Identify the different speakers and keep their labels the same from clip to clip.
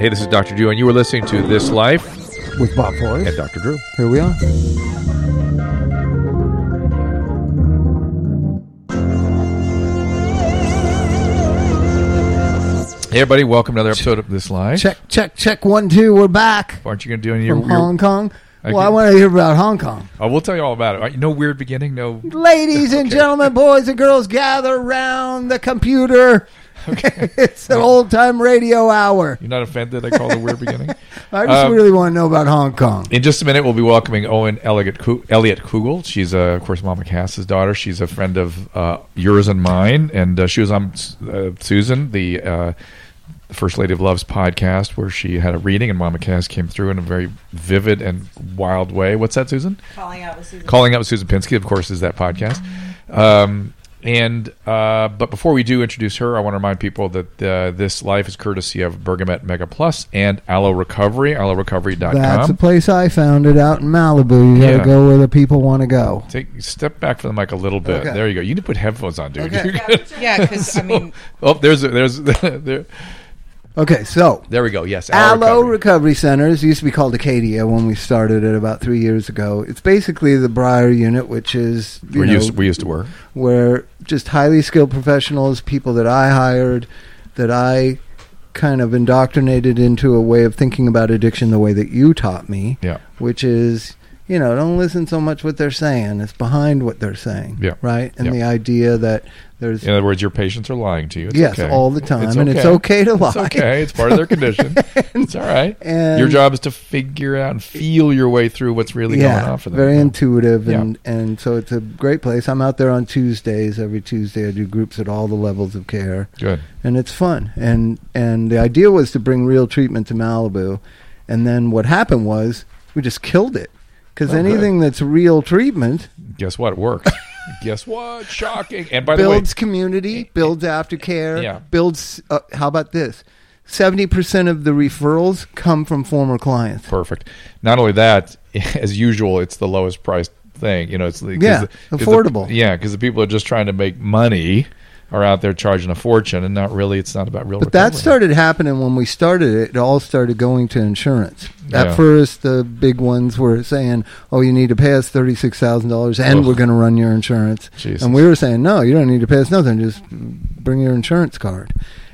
Speaker 1: Hey, this is Dr. Drew, and you were listening to This Life
Speaker 2: with Bob Forrest.
Speaker 1: and Dr. Drew.
Speaker 2: Here we are.
Speaker 1: Hey, everybody, welcome to another episode of This Life.
Speaker 2: Check, check, check. One, two. We're back
Speaker 1: Aren't you going to do any?
Speaker 2: from
Speaker 1: Your,
Speaker 2: Hong Kong.
Speaker 1: I
Speaker 2: Well, I
Speaker 1: did-
Speaker 2: want to hear about Hong Kong.
Speaker 1: I will tell you all about it. Right? No weird beginning. No.
Speaker 2: Ladies and gentlemen, boys and girls, gather around the computer. it's an old time radio hour.
Speaker 1: You're not offended? I call it a weird beginning.
Speaker 2: I just
Speaker 1: Um,
Speaker 2: really want to know about Hong Kong.
Speaker 1: In just a minute, we'll be welcoming Owen Elliot Coo- Elliot Kugel. She's, uh, of course, Mama Cass's daughter. She's a friend of uh, yours and mine, and uh, she was on uh, Susan, the uh, First Lady of Love's podcast, where she had a reading, and Mama Cass came through in a very vivid and wild way. What's that, Susan?
Speaker 3: Calling out with Susan.
Speaker 1: Calling Out with Susan Pinsky, of course, is that podcast. Um, and uh, but before we do introduce her, I want to remind people that uh, this life is courtesy of Bergamet Mega Plus and Allo Recovery, allorecovery.com.
Speaker 2: That's the place I found it out in Malibu. You got to
Speaker 1: Yeah.
Speaker 2: go where the people want to go.
Speaker 1: Take step back from the mic a little bit.
Speaker 2: Okay.
Speaker 1: There you go. You need to put headphones on, dude.
Speaker 2: Okay.
Speaker 3: yeah, because I mean,
Speaker 1: oh, there's there's there,
Speaker 2: Okay, so
Speaker 1: there we go. Yes, Allo
Speaker 2: Allo
Speaker 1: Recovery.
Speaker 2: Recovery Centers used to be called Acadia when we started it about three years ago. It's basically the Briar unit, which is you
Speaker 1: we
Speaker 2: know,
Speaker 1: used we used to work.
Speaker 2: where just highly skilled professionals, people that I hired, that I kind of indoctrinated into a way of thinking about addiction the way that you taught me,
Speaker 1: Yeah.
Speaker 2: which is, you know, don't listen so much what they're saying, it's behind what they're saying,
Speaker 1: Yeah.
Speaker 2: right? And
Speaker 1: Yeah.
Speaker 2: the idea that there's
Speaker 1: In other words, your patients are lying to you. It's
Speaker 2: yes
Speaker 1: okay.
Speaker 2: all the time and it's okay to lie.
Speaker 1: It's okay. It's part of their condition. it's all right.
Speaker 2: and-
Speaker 1: your job is to figure out and feel your way through what's really
Speaker 2: yeah,
Speaker 1: going on for them.
Speaker 2: very
Speaker 1: you know?
Speaker 2: intuitive,
Speaker 1: Yeah.
Speaker 2: and, and so it's a great place. I'm out there on Tuesdays. Every Tuesday, I do groups at all the levels of care.
Speaker 1: Good.
Speaker 2: and it's fun. And and the idea was to bring real treatment to Malibu, and then what happened was we just killed it because
Speaker 1: Oh, good.
Speaker 2: anything that's real treatment
Speaker 1: Guess what? It worked. Guess what? Shocking. And by
Speaker 2: builds
Speaker 1: the
Speaker 2: community, builds aftercare,
Speaker 1: Yeah.
Speaker 2: builds. Uh, how about this? Seventy percent of the referrals come from former clients.
Speaker 1: way, perfect. Not only that, as usual, it's the lowest priced thing. You know, it's the, 'cause
Speaker 2: Yeah,
Speaker 1: the- 'cause the-
Speaker 2: affordable.
Speaker 1: yeah, because the people are just trying to make money are out there charging a fortune and not really. It's not about real.
Speaker 2: But that
Speaker 1: recovery.
Speaker 2: started happening when we started it. It all started going to insurance.
Speaker 1: Yeah.
Speaker 2: At first, the big ones were saying, "Oh, you need to pay us thirty six thousand dollars, and
Speaker 1: Ugh.
Speaker 2: we're going to run your insurance."
Speaker 1: Jesus.
Speaker 2: And we were saying, "No, you don't need to pay us nothing. Just bring your insurance card."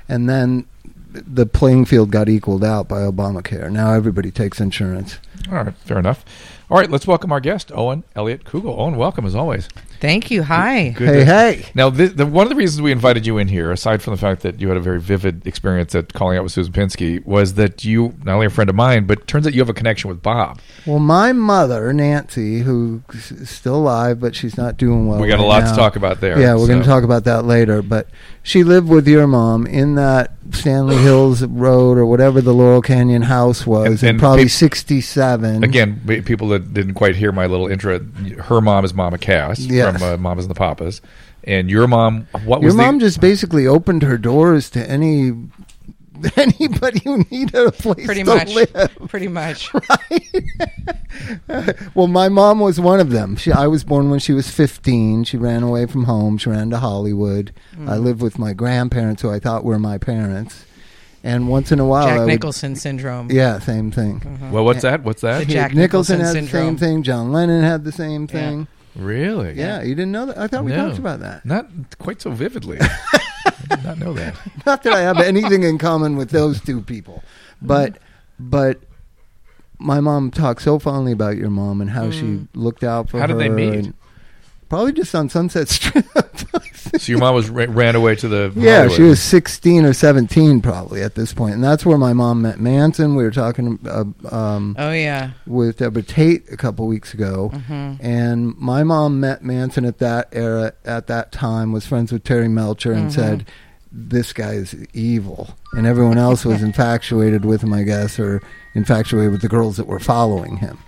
Speaker 2: And then the playing field got equaled out by Obamacare. Now everybody takes insurance.
Speaker 1: All right, fair enough. All right, let's welcome our guest, Owen Elliott Kugel. Owen, welcome as always.
Speaker 3: thank you. Hi.
Speaker 1: Good
Speaker 2: hey,
Speaker 1: to-
Speaker 2: hey!
Speaker 1: Now, this, the, one of the reasons we invited you in here, aside from the fact that you had a very vivid experience at calling out with Susan Pinsky, was that you not only a friend of mine, but turns out you have a connection with Bob.
Speaker 2: Well, my mother, Nancy, who's still alive, but she's not doing well.
Speaker 1: we got a
Speaker 2: right
Speaker 1: lot
Speaker 2: now.
Speaker 1: to talk about there.
Speaker 2: Yeah, we're going to
Speaker 1: so-
Speaker 2: talk about that later. But she lived with your mom in that Stanley Hills Road or whatever the Laurel Canyon house was,
Speaker 1: And-
Speaker 2: in
Speaker 1: and
Speaker 2: probably
Speaker 1: peop-
Speaker 2: '67.
Speaker 1: Again, b- people that didn't quite hear my little intro, her mom is Mama Cass
Speaker 2: Yes.
Speaker 1: from uh, Mamas and the Papas, and your mom. What
Speaker 2: your
Speaker 1: was
Speaker 2: mom
Speaker 1: the,
Speaker 2: just basically opened her doors to any anybody who needed a place
Speaker 3: Pretty
Speaker 2: to
Speaker 3: much.
Speaker 2: live.
Speaker 3: Pretty much.
Speaker 2: Well, my mom was one of them. She, I was born when she was 15. She ran away from home. She ran to Hollywood. I lived with my grandparents, who I thought were my parents. And once in a while, I
Speaker 3: Jack
Speaker 2: would-
Speaker 3: Nicholson syndrome.
Speaker 2: yeah, same thing.
Speaker 1: well, what's that? What's that?
Speaker 3: The Jack
Speaker 2: Nicholson,
Speaker 3: Nicholson
Speaker 2: had
Speaker 3: syndrome.
Speaker 2: the same thing. John Lennon had the same thing.
Speaker 1: Really?
Speaker 2: Yeah, you didn't know that. I thought we
Speaker 1: No.
Speaker 2: talked about that.
Speaker 1: Not quite so vividly. I did not know that.
Speaker 2: Not that I have anything in common with those two people, but but my mom talked so fondly about your mom and how she looked out for
Speaker 1: How
Speaker 2: her.
Speaker 1: did they meet?
Speaker 2: and- Probably just on Sunset Strip.
Speaker 1: So your mom was ra- ran away to the
Speaker 2: yeah,
Speaker 1: Hollywood.
Speaker 2: she was 16 or 17 probably at this point, and that's where my mom met Manson. We were talking uh, um,
Speaker 3: Oh yeah.
Speaker 2: with Deborah Tate a couple weeks ago, and my mom met Manson at that era. At that time, was friends with Terry Melcher, and said, "This guy is evil," and everyone else was infatuated with him, I guess, or infatuated with the girls that were following him.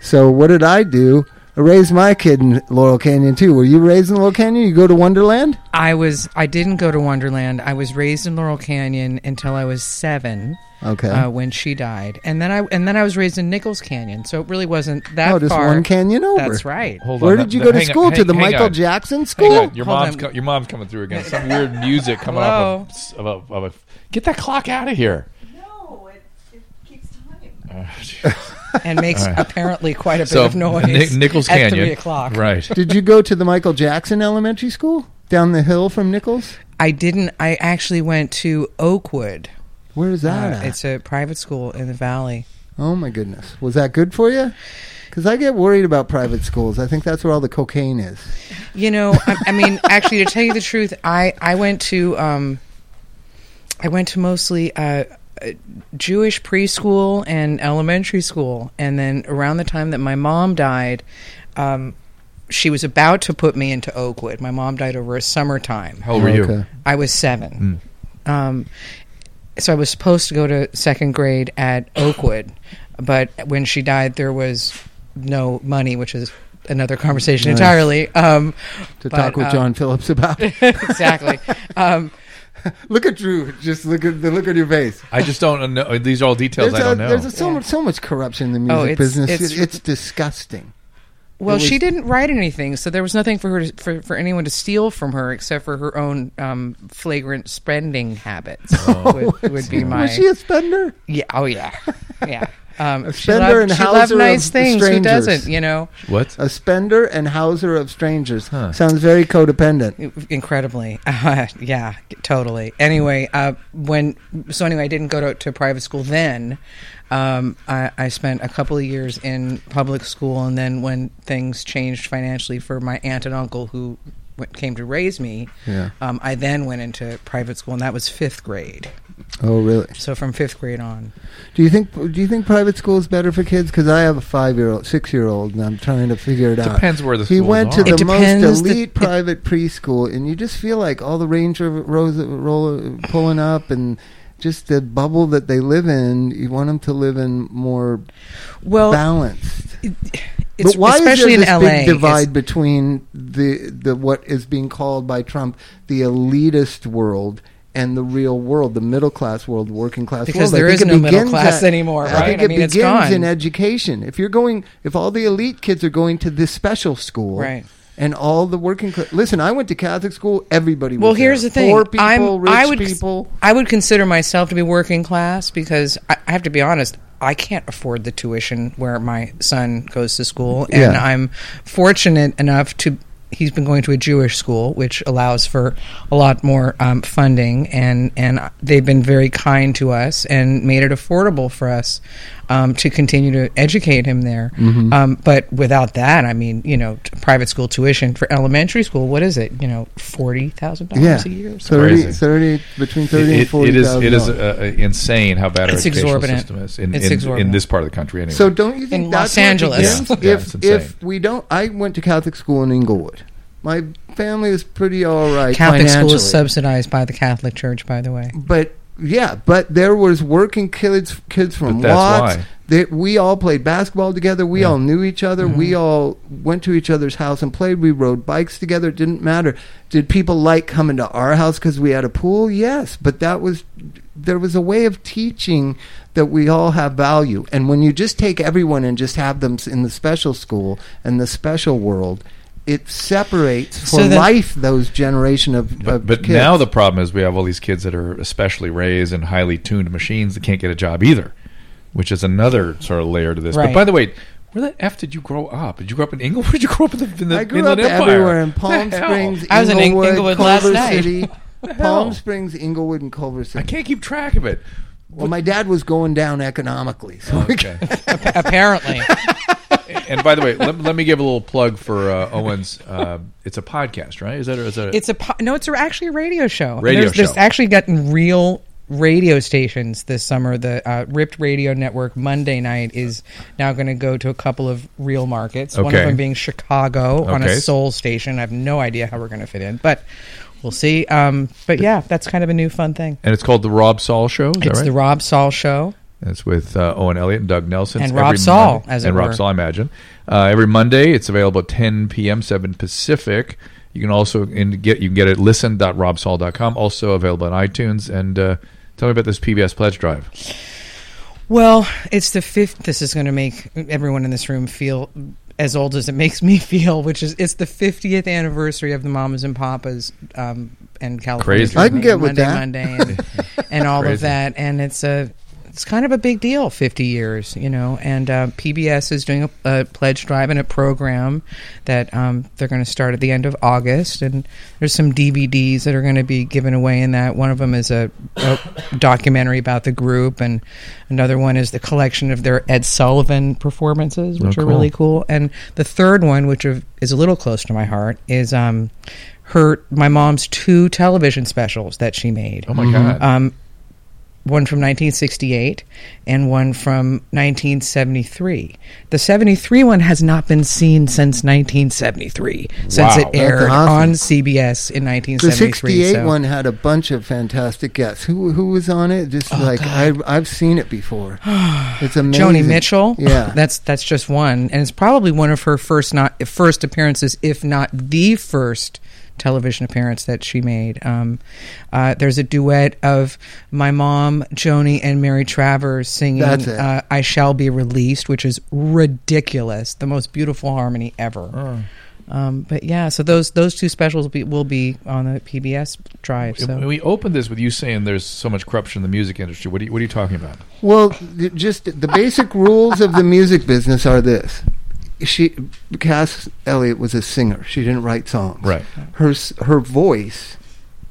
Speaker 2: So, what did I do? I raised my kid in Laurel Canyon too. Were you raised in Laurel Canyon? You go to Wonderland?
Speaker 3: I was. I didn't go to Wonderland. I was raised in Laurel Canyon until I was seven.
Speaker 2: Okay.
Speaker 3: Uh, when she died, and then I and then I was raised in Nichols Canyon, so it really wasn't that
Speaker 2: Oh, just
Speaker 3: far.
Speaker 2: one canyon over.
Speaker 3: That's right.
Speaker 1: Hold
Speaker 2: Where
Speaker 1: on,
Speaker 2: did you
Speaker 1: that-
Speaker 2: go to
Speaker 1: hang on,
Speaker 2: school? to
Speaker 1: hang-
Speaker 2: the
Speaker 1: hang
Speaker 2: Michael
Speaker 1: on.
Speaker 2: Jackson
Speaker 1: Hang
Speaker 2: school?
Speaker 1: on, Your
Speaker 3: Hold
Speaker 1: mom's
Speaker 3: on.
Speaker 1: co- your mom's coming through again. Some weird music coming
Speaker 3: Hello.
Speaker 1: off of, of, a, of a. Get that clock out of here.
Speaker 4: No, it, it keeps time.
Speaker 3: and makes apparently quite a bit of noise.
Speaker 1: Nic- Nichols
Speaker 3: at
Speaker 1: Canyon,
Speaker 3: three o'clock.
Speaker 1: right?
Speaker 2: Did you go to the Michael Jackson Elementary School down the hill from Nichols?
Speaker 3: I didn't. I actually went to Oakwood.
Speaker 2: Where is that?
Speaker 3: Uh,
Speaker 2: at?
Speaker 3: it's a private school in the valley.
Speaker 2: oh my goodness, was that good for you? Because I get worried about private schools. I think that's where all the cocaine is.
Speaker 3: You know, I, I mean, actually, to tell you the truth, I I went to um, I went to mostly uh, uh, Jewish preschool and elementary school, and then around the time that my mom died, um, she was about to put me into Oakwood. My mom died over a summertime.
Speaker 1: How old were you?
Speaker 2: Okay.
Speaker 3: I was seven. Um, so I was supposed to go to second grade at Oakwood, but when she died, there was no money, which is another conversation entirely. Um,
Speaker 2: To
Speaker 3: but,
Speaker 2: talk with
Speaker 3: uh,
Speaker 2: John Phillips about.
Speaker 3: exactly. Um,
Speaker 2: look at Drew. Just look at the look at your face.
Speaker 1: I just don't know. These are all details
Speaker 2: There's,
Speaker 1: I
Speaker 2: a,
Speaker 1: don't know.
Speaker 2: there's a, so much so much corruption in the music
Speaker 3: Oh, it's-
Speaker 2: business. It's,
Speaker 3: it's-
Speaker 2: it's disgusting.
Speaker 3: well,
Speaker 2: It was-
Speaker 3: she didn't write anything, so there was nothing for her to, for, for anyone to steal from her except for her own um, flagrant spending habits. would, would be my
Speaker 2: Oh. Was she a spender?
Speaker 3: yeah. Oh yeah, yeah. Um, she
Speaker 2: Spender
Speaker 3: loved,
Speaker 2: and
Speaker 3: she loved
Speaker 2: Hauser of
Speaker 3: nice things. Who
Speaker 2: strangers.
Speaker 3: doesn't? You know.
Speaker 1: what?
Speaker 2: A spender and houser of strangers.
Speaker 1: Huh.
Speaker 2: Sounds very codependent.
Speaker 3: incredibly uh, yeah totally anyway uh when so anyway i didn't go to, to private school then um I, I spent a couple of years in public school and then when things changed financially for my aunt and uncle who went, came to raise me
Speaker 2: Yeah.
Speaker 3: um, i then went into private school and that was fifth grade
Speaker 2: Oh, really?
Speaker 3: so from fifth grade on
Speaker 2: Do you think Do you think private school is better for kids? Because I have a five year old, six year old, and I'm trying to figure it out.
Speaker 1: Depends where the
Speaker 2: he
Speaker 1: schools
Speaker 2: went
Speaker 1: are.
Speaker 2: to
Speaker 3: It
Speaker 2: the most
Speaker 3: depends the-
Speaker 2: elite private preschool, and you just feel like all the Ranger rows roll, pulling up and. Just the bubble that they live in, you want them to live in more
Speaker 3: well
Speaker 2: balanced.
Speaker 3: it's
Speaker 2: but why
Speaker 3: especially
Speaker 2: is there
Speaker 3: in
Speaker 2: this
Speaker 3: la
Speaker 2: big
Speaker 3: it's-
Speaker 2: divide between the the what is being called by Trump the elitist world and the real world, the middle class world, working class
Speaker 3: Because
Speaker 2: world? I
Speaker 3: there
Speaker 2: think
Speaker 3: is
Speaker 2: it
Speaker 3: no middle
Speaker 2: begins
Speaker 3: class anymore,
Speaker 2: I
Speaker 3: right?
Speaker 2: think
Speaker 3: I
Speaker 2: it
Speaker 3: mean, it's
Speaker 2: begins
Speaker 3: gone.
Speaker 2: in education. If you're going, if all the elite kids are going to this special school,
Speaker 3: Right.
Speaker 2: And all the working class. Listen, I went to Catholic school. Everybody.
Speaker 3: Well,
Speaker 2: was
Speaker 3: here's
Speaker 2: there.
Speaker 3: the thing.
Speaker 2: Poor people,
Speaker 3: I'm,
Speaker 2: rich
Speaker 3: I would,
Speaker 2: people.
Speaker 3: I would consider myself to be working class because I, I have to be honest. I can't afford the tuition where my son goes to school, and
Speaker 2: Yeah.
Speaker 3: I'm fortunate enough to. He's been going to a Jewish school, which allows for a lot more um, funding, and and they've been very kind to us and made it affordable for us um, to continue to educate him there. Um, but without that, I mean, you know, t- private school tuition for elementary school, what is it? You know, forty thousand dollars
Speaker 2: Yeah,
Speaker 3: a year. or something?
Speaker 2: 30,
Speaker 1: Crazy.
Speaker 2: 30 between
Speaker 1: It-
Speaker 2: thirty and
Speaker 1: it-
Speaker 2: forty
Speaker 1: it is
Speaker 2: thousand.
Speaker 1: it is uh, uh, insane how bad our
Speaker 3: It's
Speaker 1: educational
Speaker 3: exorbitant.
Speaker 1: system is in,
Speaker 3: It's
Speaker 1: in, in
Speaker 3: exorbitant.
Speaker 1: this part of the country. Anyway,
Speaker 2: So don't you think
Speaker 3: In
Speaker 2: that's
Speaker 3: Los
Speaker 2: where it
Speaker 3: Angeles.
Speaker 2: begins?
Speaker 1: Yeah. Yeah,
Speaker 2: if
Speaker 1: it's insane.
Speaker 2: if we don't, I went to Catholic school in Inglewood. My family is pretty all right
Speaker 3: Catholic school
Speaker 2: financially,
Speaker 3: is subsidized by the Catholic Church, by the way.
Speaker 2: but yeah, but there was working kids kids from
Speaker 1: But that's
Speaker 2: Watts.
Speaker 1: why.
Speaker 2: They, we all played basketball together. We all knew each other. We
Speaker 1: Mm-hmm.
Speaker 2: all went to each other's house and played. We rode bikes together. It didn't matter. Did people like coming to our house because we had a pool? Yes, but that was there was a way of teaching that we all have value. And when you just take everyone and just have them s- in the special school and the special world, it separates for
Speaker 3: So then-
Speaker 2: life those generation of,
Speaker 1: But,
Speaker 2: of
Speaker 1: but
Speaker 2: kids.
Speaker 1: now the problem is we have all these kids that are especially raised and highly tuned machines that can't get a job either, which is another sort of layer to this. But
Speaker 3: Right.
Speaker 1: by the way, where the f did you grow up? Did you grow up in England? Where did you grow up in the, in the
Speaker 2: I grew up
Speaker 1: Inland Empire?
Speaker 2: everywhere in
Speaker 1: The
Speaker 2: Palm
Speaker 1: hell?
Speaker 2: Springs,
Speaker 3: I was in
Speaker 2: Inglewood,
Speaker 3: Inglewood last
Speaker 2: Culver
Speaker 3: night.
Speaker 2: City,
Speaker 1: hell?
Speaker 2: Palm Springs, Inglewood, and Culver
Speaker 1: I
Speaker 2: City.
Speaker 1: can't keep track of it.
Speaker 2: Well, my dad was going down economically,
Speaker 3: Oh,
Speaker 2: so we
Speaker 1: Okay.
Speaker 3: apparently.
Speaker 1: and by the way, let, let me give a little plug for uh, Owen's. Uh, it's a podcast, right? Is that? Is that?
Speaker 3: It's a po- no. It's a- actually a radio show. And
Speaker 1: Radio
Speaker 3: there's, There's
Speaker 1: show.
Speaker 3: actually gotten real radio stations this summer. The uh, Ripped Radio Network Monday night is now going to go to a couple of real markets. One of
Speaker 1: Okay.
Speaker 3: them being Chicago on
Speaker 1: Okay.
Speaker 3: a Soul station. I have no idea how we're going to fit in, but we'll see. Um, but yeah, that's kind of a new fun thing.
Speaker 1: and it's called the Rob Saul Show. Is that
Speaker 3: It's
Speaker 1: right?
Speaker 3: the Rob Saul Show.
Speaker 1: And It's with uh, Owen Elliott and Doug Nelson. It's
Speaker 3: And Rob
Speaker 1: every
Speaker 3: Saul,
Speaker 1: Monday-
Speaker 3: as it
Speaker 1: and Rob
Speaker 3: were.
Speaker 1: Saul, I imagine. Uh, every Monday, it's available at 10 p.m. 7 Pacific. You can also in, get you can get it at listen.robsaul.com. Also available on iTunes. And uh, tell me about this PBS pledge drive.
Speaker 3: Well, it's the fifth. This is going to make everyone in this room feel as old as it makes me feel, which is it's the fiftieth anniversary of the Mamas and Papas um, and California.
Speaker 1: Crazy. I
Speaker 2: can
Speaker 3: Dreaming,
Speaker 2: get with
Speaker 3: Monday,
Speaker 2: that.
Speaker 3: Monday, and, and all of
Speaker 1: Crazy.
Speaker 3: that, and it's a. It's kind of a big deal, 50 years, you know. And uh, PBS is doing a, a pledge drive and a program that um, they're going to start at the end of August. And there's some DVDs that are going to be given away in that. One of them is a, a documentary about the group, and another one is the collection of their Ed Sullivan performances, which
Speaker 1: Oh,
Speaker 3: are
Speaker 1: cool.
Speaker 3: really cool. And the third one, which are- is a little close to my heart, is um, her my mom's two television specials that she made.
Speaker 1: Oh, my God.
Speaker 3: Um, one from 1968 and one from 1973. The 73 one has not been seen since 1973, since
Speaker 1: Wow.
Speaker 3: it
Speaker 1: That's
Speaker 3: aired
Speaker 2: awesome.
Speaker 3: on CBS in
Speaker 2: The
Speaker 3: 1973.
Speaker 2: 68
Speaker 3: so-
Speaker 2: one had a bunch of fantastic guests. Who who was on it?
Speaker 3: Oh,
Speaker 2: Just like I, I've seen it before. It's amazing.
Speaker 3: Joni Mitchell.
Speaker 2: Yeah.
Speaker 3: that's that's just one, and it's probably one of her first not first appearances, if not the first television appearance that she made. Um, uh, there's a duet of my mom, Joni, and Mary Travers singing
Speaker 2: That's it.
Speaker 3: Uh, "I Shall Be Released," which is ridiculous, the most beautiful harmony ever.
Speaker 2: Oh.
Speaker 3: Um, but yeah, so those those two specials will be, will be on the PBS drive. So
Speaker 1: And We opened this with you saying there's so much corruption in the music industry. What are you, what are you talking about?
Speaker 2: Well, th- just the basic rules of the music business are this. She Cass Elliot was a singer. She didn't write songs.
Speaker 1: Right.
Speaker 2: Her s- her voice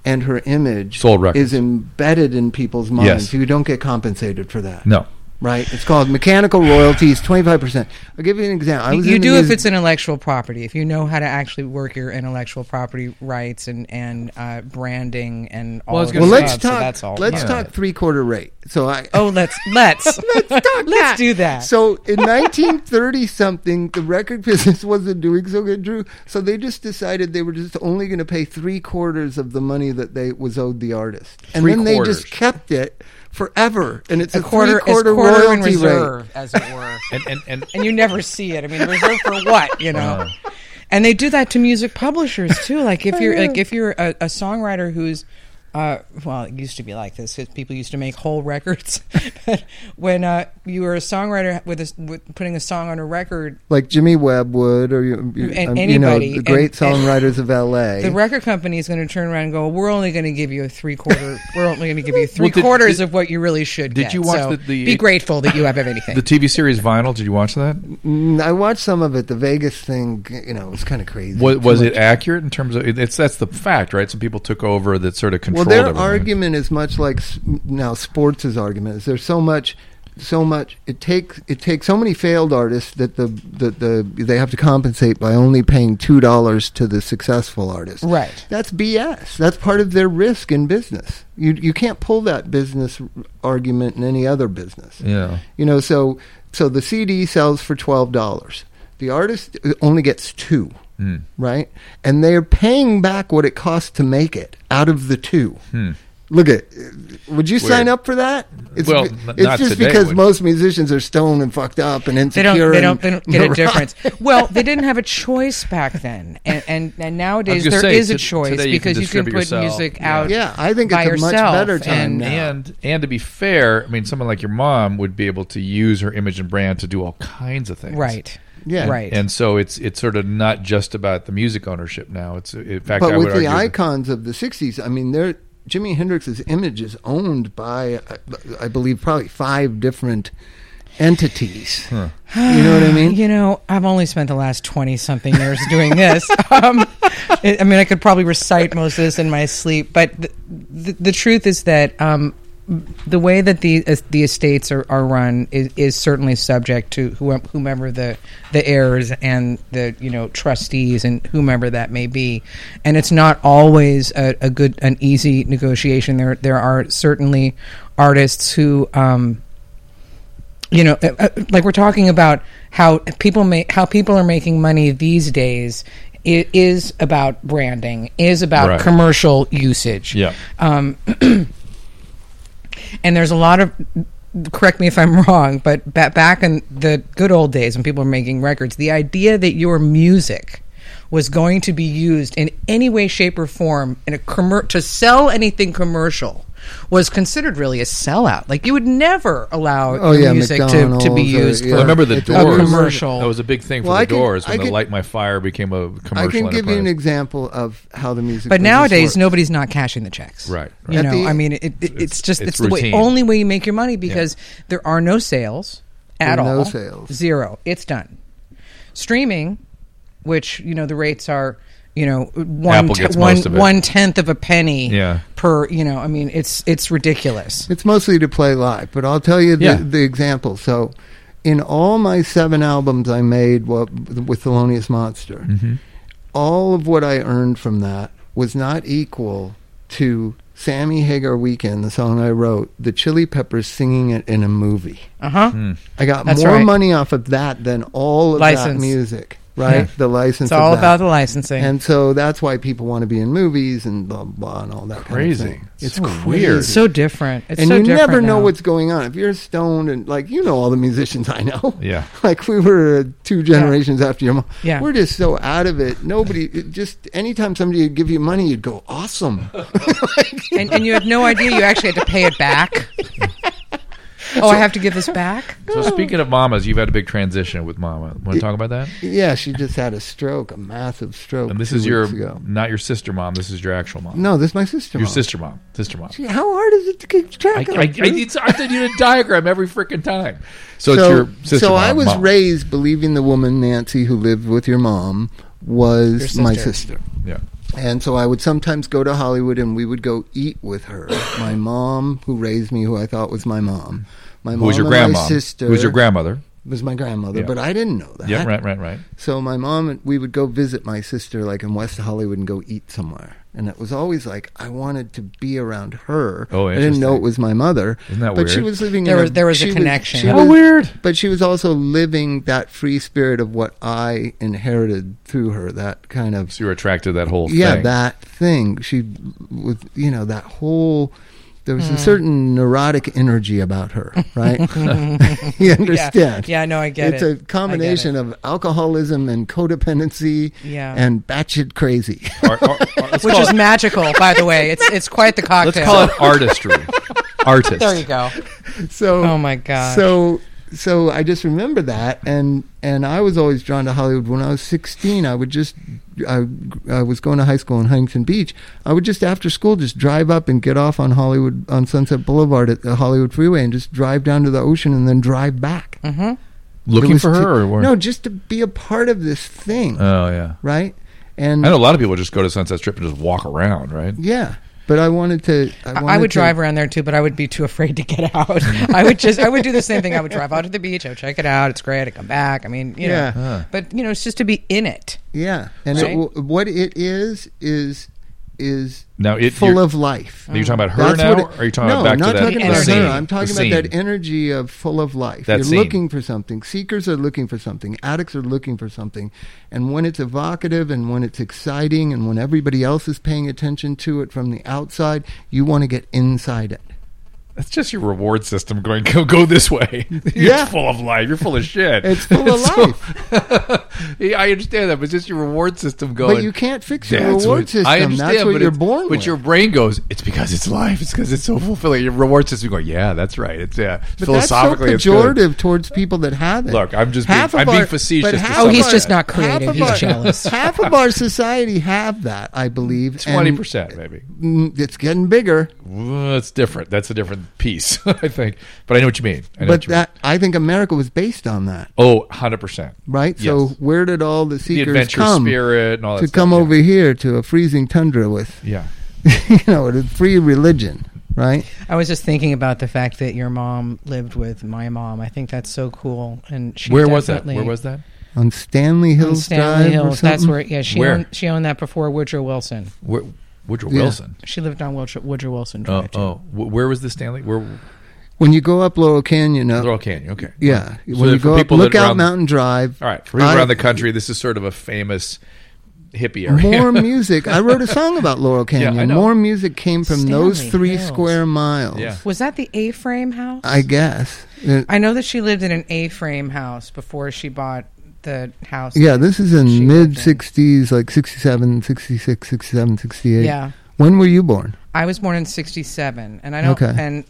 Speaker 2: and her image
Speaker 1: Sold records.
Speaker 2: is embedded in people's minds.
Speaker 1: Yes.
Speaker 2: You don't get compensated for that.
Speaker 1: No.
Speaker 2: Right? It's called mechanical royalties, 25%. I'll give you an example. I was
Speaker 3: you
Speaker 2: in the
Speaker 3: do if
Speaker 2: music-
Speaker 3: it's intellectual property if you know how to actually work your intellectual property rights and and uh, branding and all
Speaker 1: I was
Speaker 3: of
Speaker 1: gonna
Speaker 2: Well,
Speaker 3: that
Speaker 1: say-
Speaker 2: let's
Speaker 3: stuff,
Speaker 2: talk
Speaker 3: so that's all
Speaker 2: let's
Speaker 3: part of
Speaker 2: talk
Speaker 3: it.
Speaker 2: 3 quarter rate. So I
Speaker 3: oh let's let's let's talk let's do that
Speaker 2: So in 1930 something, the record business wasn't doing so good, Drew. So they just decided they were just only going to pay three quarters of the money that they was owed the artist, and
Speaker 1: Three
Speaker 2: then
Speaker 1: quarters.
Speaker 2: they just kept it forever. And it's a,
Speaker 3: a quarter is
Speaker 2: quarter
Speaker 3: quarter
Speaker 2: royalty
Speaker 3: in
Speaker 2: rate.
Speaker 3: reserve as it were
Speaker 1: And and, and
Speaker 3: and you never see it i mean reserve for what you know
Speaker 2: Uh-huh.
Speaker 3: and they do that to music publishers too like if you're like if you're a, a songwriter who's uh, well, it used to be like this 'cause people used to make whole records. but when uh, you were a songwriter with, a, s- with putting a song on a record,
Speaker 2: Like Jimmy Webb would, or you, you,
Speaker 3: And
Speaker 2: um, you know,
Speaker 3: anybody,
Speaker 2: the great
Speaker 3: and- and-
Speaker 2: songwriters of L.A.
Speaker 3: the record company is going to turn around and go, "We're only going to give you a three quarter. we're only going to give you three
Speaker 1: did-
Speaker 3: quarters
Speaker 1: did-
Speaker 3: of what you really should
Speaker 1: did
Speaker 3: get."
Speaker 1: you watch
Speaker 3: so
Speaker 1: the- the-
Speaker 3: be grateful that you have anything.
Speaker 1: the TV series Vinyl. Did you watch that?
Speaker 2: Mm, I watched some of it. The Vegas thing, you know, it was kind of crazy.
Speaker 1: Was,
Speaker 2: Too
Speaker 1: was
Speaker 2: much.
Speaker 1: it accurate in terms of it- it's that's the fact, right? Some people took over that sort of
Speaker 2: Well,
Speaker 1: controlled.
Speaker 2: their
Speaker 1: everything.
Speaker 2: argument is much like s- now sports' argument is there's so much, so much. It takes it takes so many failed artists that the that the they have to compensate by only paying two dollars to the successful artist.
Speaker 3: Right.
Speaker 2: That's BS. That's part of their risk in business. You you can't pull that business r- argument in any other business.
Speaker 1: Yeah.
Speaker 2: You know, so so the CD sells for twelve dollars. The artist only gets two,
Speaker 1: Hmm.
Speaker 2: right? And they're paying back what it costs to make it out of the two.
Speaker 1: Hmm.
Speaker 2: Look at, would you sign up for that? It's,
Speaker 1: Well,
Speaker 2: be-
Speaker 1: n-
Speaker 2: it's
Speaker 1: not
Speaker 2: just
Speaker 1: today,
Speaker 2: because
Speaker 1: would-
Speaker 2: most musicians are stoned and fucked up and
Speaker 3: they
Speaker 2: insecure.
Speaker 3: don't, they
Speaker 2: and
Speaker 3: don't. They don't get a
Speaker 2: neurotic.
Speaker 3: difference. Well, they didn't have a choice back then, and and, and nowadays
Speaker 1: gonna
Speaker 3: there is
Speaker 1: say,
Speaker 3: a
Speaker 1: to-
Speaker 3: choice
Speaker 1: today you can
Speaker 3: because you can,
Speaker 1: distribute
Speaker 3: put
Speaker 1: yourself.
Speaker 3: music
Speaker 1: Yeah.
Speaker 3: out.
Speaker 2: Yeah, I think
Speaker 3: by
Speaker 2: it's a much
Speaker 3: yourself
Speaker 2: better time
Speaker 3: and-
Speaker 2: now.
Speaker 1: and and to be fair, I mean, someone like your mom would be able to use her image and brand to do all kinds of things,
Speaker 3: Right.
Speaker 2: Yeah.
Speaker 3: Right.
Speaker 1: And so it's it's sort of not just about the music ownership now. It's in fact, I
Speaker 2: But
Speaker 1: would
Speaker 2: with the
Speaker 1: argue that-
Speaker 2: icons of the '60s, I mean, they're. Jimi Hendrix's image is owned by, uh, I believe, probably five different entities. You know what I mean?
Speaker 3: You know, I've only spent the last 20 something years doing this. Um, I I mean, I could probably recite most of this in my sleep, but the, the, the truth is that um, the way that the es- the estates are, are run is, is certainly subject to whom- whomever the the heirs and the you know trustees and whomever that may be, and it's not always a, a good an easy negotiation. There there are certainly artists who. Um, you know uh, uh, like we're talking about how people make how people are making money these days i- is about branding is about
Speaker 1: Right.
Speaker 3: commercial usage
Speaker 1: Yeah.
Speaker 3: and there's a lot of correct me if i'm wrong but ba- back in the good old days when people were making records the idea that your music was going to be used in any way shape or form in a commer- to sell anything commercial was considered really a sellout like you would never allow
Speaker 2: Oh,
Speaker 3: your
Speaker 2: yeah,
Speaker 3: music to, to be
Speaker 2: McDonald's or-
Speaker 3: used
Speaker 2: yeah.
Speaker 3: for
Speaker 1: I remember the
Speaker 2: It's
Speaker 3: a
Speaker 1: doors.
Speaker 3: commercial.
Speaker 1: That was a big thing for
Speaker 2: Well,
Speaker 1: the
Speaker 2: I can-
Speaker 1: doors
Speaker 2: I
Speaker 1: when the
Speaker 2: can-
Speaker 1: Light My Fire became a commercial.
Speaker 2: I can give you an
Speaker 1: enterprise.
Speaker 2: example of how the music.
Speaker 3: But
Speaker 2: business
Speaker 3: nowadays,
Speaker 2: works.
Speaker 3: nobody's not cashing the checks.
Speaker 1: Right, right.
Speaker 3: You
Speaker 2: At
Speaker 3: know,
Speaker 2: the-
Speaker 3: I mean, it, it, it's, just
Speaker 1: it's
Speaker 3: it's, the way,
Speaker 1: routine.
Speaker 3: only way you make your money because there are no sales at
Speaker 2: There are no
Speaker 3: all.
Speaker 2: sales.
Speaker 3: Zero. It's done. Streaming, which you know the rates are. You know, one
Speaker 1: Apple gets
Speaker 3: one-
Speaker 1: most of it.
Speaker 3: one tenth of a penny
Speaker 1: Yeah.
Speaker 3: per. You know, I mean, it's it's ridiculous.
Speaker 2: It's mostly to play live, but I'll tell you the,
Speaker 1: Yeah.
Speaker 2: the example. So, in all my seven albums I made wa- with Thelonious Monster,
Speaker 1: Mm-hmm.
Speaker 2: all of what I earned from that was not equal to Sammy Hagar Weekend, the song I wrote, the Chili Peppers singing it in a movie.
Speaker 3: Uh huh.
Speaker 1: Hmm.
Speaker 2: I got
Speaker 3: That's
Speaker 2: more
Speaker 3: right.
Speaker 2: money off of that than all of
Speaker 3: License.
Speaker 2: that music, right? The license.
Speaker 3: It's all
Speaker 2: of that.
Speaker 3: about the licensing.
Speaker 2: And so that's why people want to be in movies and blah blah and all that.
Speaker 1: Crazy.
Speaker 2: Kind of thing. It's
Speaker 1: So
Speaker 2: crazy.
Speaker 1: weird.
Speaker 3: it's so different. It's
Speaker 2: and
Speaker 3: so
Speaker 2: you
Speaker 3: different
Speaker 2: never know
Speaker 3: now.
Speaker 2: what's going on. If you're stoned and like you know all the musicians I know.
Speaker 1: Yeah.
Speaker 2: Like we were two generations after your mom.
Speaker 3: Yeah.
Speaker 2: We're just so out of it. Nobody it just anytime somebody would give you money, you'd go, Awesome.
Speaker 3: and, and you have no idea you actually had to pay it back. oh, I have to give this back.
Speaker 1: So speaking of mamas, you've had a big transition with mama. Want to talk about that?
Speaker 2: yeah, she just had a stroke, a massive stroke.
Speaker 1: And this
Speaker 2: two
Speaker 1: is your
Speaker 2: weeks ago.
Speaker 1: not your sister mom. This is your actual mom.
Speaker 2: No, this is my sister.
Speaker 1: your
Speaker 2: mom.
Speaker 1: sister mom. Sister mom.
Speaker 2: How hard is it to keep
Speaker 1: I,
Speaker 2: track
Speaker 1: I,
Speaker 2: of?
Speaker 1: I,
Speaker 2: Drew?
Speaker 1: it's, I did you a diagram every freaking time. So, it's your sister
Speaker 2: so
Speaker 1: mom.
Speaker 2: I was
Speaker 1: mom.
Speaker 2: raised believing the woman Nancy who lived with your mom was
Speaker 3: Your
Speaker 2: my
Speaker 3: sister.
Speaker 2: sister.
Speaker 1: Yeah.
Speaker 2: And so I would sometimes go to Hollywood and we would go eat with her. My mom, who raised me, who I thought was my mom. My
Speaker 1: Who was your
Speaker 2: mom and
Speaker 1: grandma?
Speaker 2: My sister
Speaker 1: Who was your grandmother?
Speaker 2: was my grandmother,
Speaker 1: Yeah.
Speaker 2: but I didn't know that.
Speaker 1: Yeah, right, right, right.
Speaker 2: So my mom and we would go visit my sister like in West Hollywood and go eat somewhere. And it was always like I wanted to be around her.
Speaker 1: Oh,
Speaker 2: I didn't
Speaker 1: interesting.
Speaker 2: know it was my mother.
Speaker 1: Isn't that
Speaker 2: but she
Speaker 1: weird?
Speaker 2: was living
Speaker 3: There
Speaker 2: in
Speaker 3: was- there was a
Speaker 2: she
Speaker 3: connection.
Speaker 2: she
Speaker 3: How
Speaker 1: weird.
Speaker 2: But she was also living that free spirit of what I inherited through her, that kind of
Speaker 1: So you were attracted to that whole
Speaker 2: yeah,
Speaker 1: thing.
Speaker 2: that thing. She was, you know, that whole. There
Speaker 3: Hmm.
Speaker 2: was a certain neurotic energy about her, right? you understand?
Speaker 3: Yeah, no, I get
Speaker 2: it's
Speaker 3: it. I
Speaker 2: It's
Speaker 3: get
Speaker 2: a combination
Speaker 3: it.
Speaker 2: of alcoholism and codependency,
Speaker 3: Yeah.
Speaker 2: and batshit crazy.
Speaker 1: Ar- ar- ar- let's
Speaker 3: Which
Speaker 1: call
Speaker 3: is
Speaker 1: it-
Speaker 3: magical, by the way. It's it's quite the cocktail.
Speaker 1: Let's call it artistry. Artist.
Speaker 3: There you go.
Speaker 2: so,
Speaker 3: Oh, my gosh.
Speaker 2: So, so I just remember that, and and I was always drawn to Hollywood. When I was sixteen, I would just, I, I was going to high school in Huntington Beach. I would just after school just drive up and get off on Hollywood on Sunset Boulevard at the Hollywood Freeway, and just drive down to the ocean and then drive back.
Speaker 3: Mm-hmm.
Speaker 2: It
Speaker 1: Looking
Speaker 2: was
Speaker 1: for
Speaker 2: to-
Speaker 1: her or where?
Speaker 2: no, just to be a part of this thing,
Speaker 1: Oh yeah.
Speaker 2: right? And
Speaker 1: I know a lot of people just go to Sunset Strip and just walk around, right?
Speaker 2: Yeah, but I wanted to. I,
Speaker 3: I- I
Speaker 2: wanted
Speaker 3: would
Speaker 2: to-
Speaker 3: drive around there too, but I would be too afraid to get out. I would just, I would do the same thing. I would drive out to the beach. I would check it out. It's great. I come back. I mean, you
Speaker 2: Yeah.
Speaker 3: know, but you know, it's just to be in it.
Speaker 2: Yeah, and it,
Speaker 3: Right.
Speaker 2: w- what it is is is
Speaker 1: Now, it-
Speaker 2: full
Speaker 1: you're-
Speaker 2: of life.
Speaker 1: Are you talking about her now,
Speaker 2: what
Speaker 1: or are you talking
Speaker 2: no,
Speaker 1: about back
Speaker 2: I'm
Speaker 1: to
Speaker 2: not
Speaker 1: that-
Speaker 2: talking
Speaker 3: the
Speaker 2: about
Speaker 3: scene?
Speaker 2: her. I'm talking
Speaker 1: The
Speaker 2: about that
Speaker 1: scene.
Speaker 2: energy of full of life.
Speaker 1: That
Speaker 2: You're
Speaker 1: scene.
Speaker 2: looking for something. Seekers are looking for something. Addicts are looking for something. And when it's evocative, and when it's exciting, and when everybody else is paying attention to it from the outside, you want to get inside it.
Speaker 1: That's just your reward system going go go this way. You're
Speaker 2: Yeah.
Speaker 1: full of life. You're full of shit.
Speaker 2: It's full of
Speaker 1: So-
Speaker 2: life.
Speaker 1: yeah, I understand that, but it's just your reward system going.
Speaker 2: But you can't fix your
Speaker 1: That's
Speaker 2: reward
Speaker 1: what-
Speaker 2: system.
Speaker 1: I understand,
Speaker 2: That's what
Speaker 1: but
Speaker 2: you're
Speaker 1: it's-
Speaker 2: born
Speaker 1: But
Speaker 2: with.
Speaker 1: your brain goes, it's because it's life. It's because it's so fulfilling. Your reward system going, yeah, that's right. It's yeah.
Speaker 2: But
Speaker 1: Philosophically,
Speaker 2: that's
Speaker 1: it's
Speaker 2: so
Speaker 1: good.
Speaker 2: pejorative towards people that have it.
Speaker 1: Look, I'm just being- I'm being facetious
Speaker 2: but
Speaker 1: to
Speaker 2: half
Speaker 1: some
Speaker 2: of
Speaker 3: Oh, he's
Speaker 2: our-
Speaker 3: just not
Speaker 2: half
Speaker 3: creative.
Speaker 2: of
Speaker 3: He's
Speaker 2: our-
Speaker 3: jealous.
Speaker 2: half of our society have that, I believe. and mm,
Speaker 1: Twenty percent, maybe.
Speaker 2: It's getting bigger,
Speaker 1: Well, That's different. That's a different piece, I think. But I know what you mean. I know
Speaker 2: but
Speaker 1: what you
Speaker 2: that I think America was based on that,
Speaker 1: mean. oh, 100 percent.
Speaker 2: right? So
Speaker 1: Yes.
Speaker 2: where did all the seekers
Speaker 1: adventure
Speaker 2: come?
Speaker 1: spirit and all that
Speaker 2: to
Speaker 1: stuff,
Speaker 2: come
Speaker 1: yeah.
Speaker 2: over here to a freezing tundra with,
Speaker 1: Yeah.
Speaker 2: you know, a free religion. right?
Speaker 3: I was just thinking about the fact that your mom lived with my mom. I think that's so cool. And she
Speaker 1: Where was that?
Speaker 3: definitely-
Speaker 1: Where was that?
Speaker 2: On Stanley
Speaker 3: On
Speaker 2: Hills
Speaker 3: Stanley
Speaker 2: Drive. or
Speaker 3: Hills. That's
Speaker 2: something?
Speaker 3: where. Yeah, she
Speaker 1: Where?
Speaker 3: owned she owned that before Woodrow Wilson.
Speaker 1: Where, Woodrow
Speaker 2: Yeah.
Speaker 1: Wilson.
Speaker 3: She lived on Woodrow, Woodrow Wilson
Speaker 1: Oh,
Speaker 3: Drive. too.
Speaker 1: oh. Wh- Where was the Stanley? Where
Speaker 2: When you go up Laurel Canyon, up,
Speaker 1: Laurel Canyon? Okay.
Speaker 2: Uh, yeah.
Speaker 1: So
Speaker 2: when you
Speaker 1: for
Speaker 2: go up
Speaker 1: people that
Speaker 2: Lookout
Speaker 1: around-
Speaker 2: Mountain Drive.
Speaker 1: All right. For people
Speaker 2: I-
Speaker 1: around the country, this is sort of a famous hippie area.
Speaker 2: More music. I wrote a song about Laurel Canyon.
Speaker 1: I know.
Speaker 2: More music came from those
Speaker 3: Stanley
Speaker 2: three
Speaker 3: Hills.
Speaker 2: square miles.
Speaker 1: Yeah.
Speaker 3: Was that the A-frame house?
Speaker 2: I guess. Uh,
Speaker 3: I know that she lived in an A-frame house before she bought the house.
Speaker 2: yeah, this is in
Speaker 3: She
Speaker 2: mid
Speaker 3: lived in.
Speaker 2: 60s, like 67, 66, 67, 68.
Speaker 3: Yeah.
Speaker 2: When were you born?
Speaker 3: I was born in '67, and I don't.
Speaker 2: Okay.
Speaker 3: And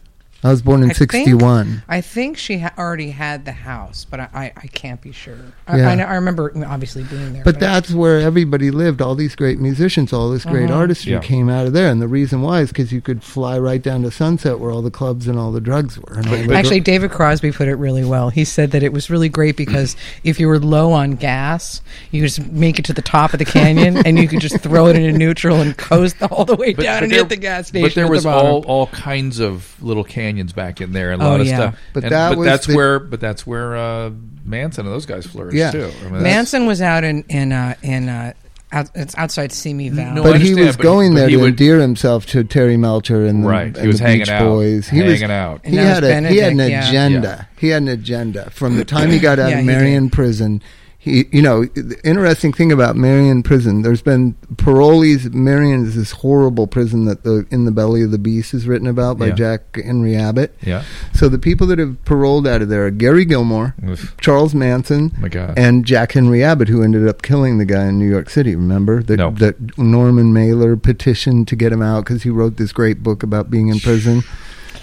Speaker 2: I was born in
Speaker 3: I think-
Speaker 2: 61.
Speaker 3: I think she ha- already had the house, but I, I, I can't be sure. I,
Speaker 2: Yeah.
Speaker 3: I, know- I remember obviously being there.
Speaker 2: But that's where everybody lived. All these great musicians, all this great
Speaker 3: Uh-huh.
Speaker 2: artistry
Speaker 1: Yeah.
Speaker 2: came out of there. And the reason why is because you could fly right down to Sunset where all the clubs and all the drugs were. And all the-
Speaker 3: Actually, David Crosby put it really well. He said that it was really great because if you were low on gas, you could just make it to the top of the canyon and you could just throw it into neutral and coast all the way down and hit the gas station.
Speaker 1: But there
Speaker 3: at the
Speaker 1: was
Speaker 3: bottom.
Speaker 1: all all kinds of little canyons back in there and a
Speaker 3: Oh,
Speaker 1: lot of
Speaker 3: yeah.
Speaker 1: stuff.
Speaker 2: But
Speaker 1: And-
Speaker 2: that was
Speaker 1: that's
Speaker 2: the-
Speaker 1: where but that's where uh, Manson and those guys flourished
Speaker 2: Yeah.
Speaker 1: too. I mean, that's-
Speaker 3: Manson was out in in uh, in uh, out, it's outside Simi Valley.
Speaker 1: No, I
Speaker 2: but he
Speaker 1: understand,
Speaker 2: was
Speaker 1: but-
Speaker 2: going
Speaker 1: but
Speaker 2: there
Speaker 1: he
Speaker 2: to
Speaker 1: would-
Speaker 2: endear himself to Terry Melcher and the,
Speaker 1: Right. He
Speaker 2: and
Speaker 1: was
Speaker 2: the
Speaker 1: hanging
Speaker 2: Beach
Speaker 1: out,
Speaker 2: Boys. He
Speaker 1: hanging out.
Speaker 2: He
Speaker 3: And
Speaker 2: had,
Speaker 3: that was
Speaker 2: a, he had an
Speaker 3: Benedict, yeah.
Speaker 2: agenda. He had an agenda from the time he got out
Speaker 3: Yeah,
Speaker 2: of
Speaker 3: he
Speaker 2: Marion Prison. He, you know, the interesting thing about Marion Prison. There's been parolees. Marion is this horrible prison that the In the Belly of the Beast is written about by
Speaker 1: Yeah.
Speaker 2: Jack Henry Abbott.
Speaker 1: Yeah.
Speaker 2: So the people that have paroled out of there are Gary Gilmore,
Speaker 1: Oof.
Speaker 2: Charles Manson,
Speaker 1: My God.
Speaker 2: and Jack Henry Abbott, who ended up killing the guy in New York City. Remember that?
Speaker 1: No.
Speaker 2: That Norman Mailer petitioned to get him out because he wrote this great book about being in prison.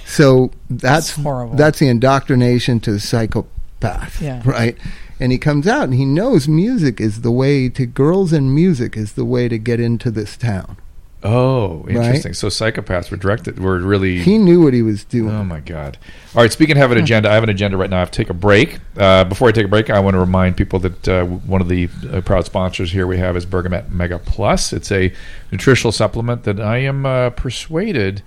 Speaker 2: So that's
Speaker 3: That's horrible.
Speaker 2: That's the indoctrination to the psychopath,
Speaker 3: Yeah.
Speaker 2: right? And he comes out and he knows music is the way to girls and music is the way to get into this town.
Speaker 1: Oh, interesting. So psychopaths were directed were really
Speaker 2: He knew what he was doing.
Speaker 1: Oh my God! All right. Speaking of having an agenda, I have an agenda right now. I have to take a break. Uh, before I take a break, I want to remind people that uh, one of the uh, proud sponsors here we have is Bergamet Mega Plus. It's a nutritional supplement that I am uh, persuaded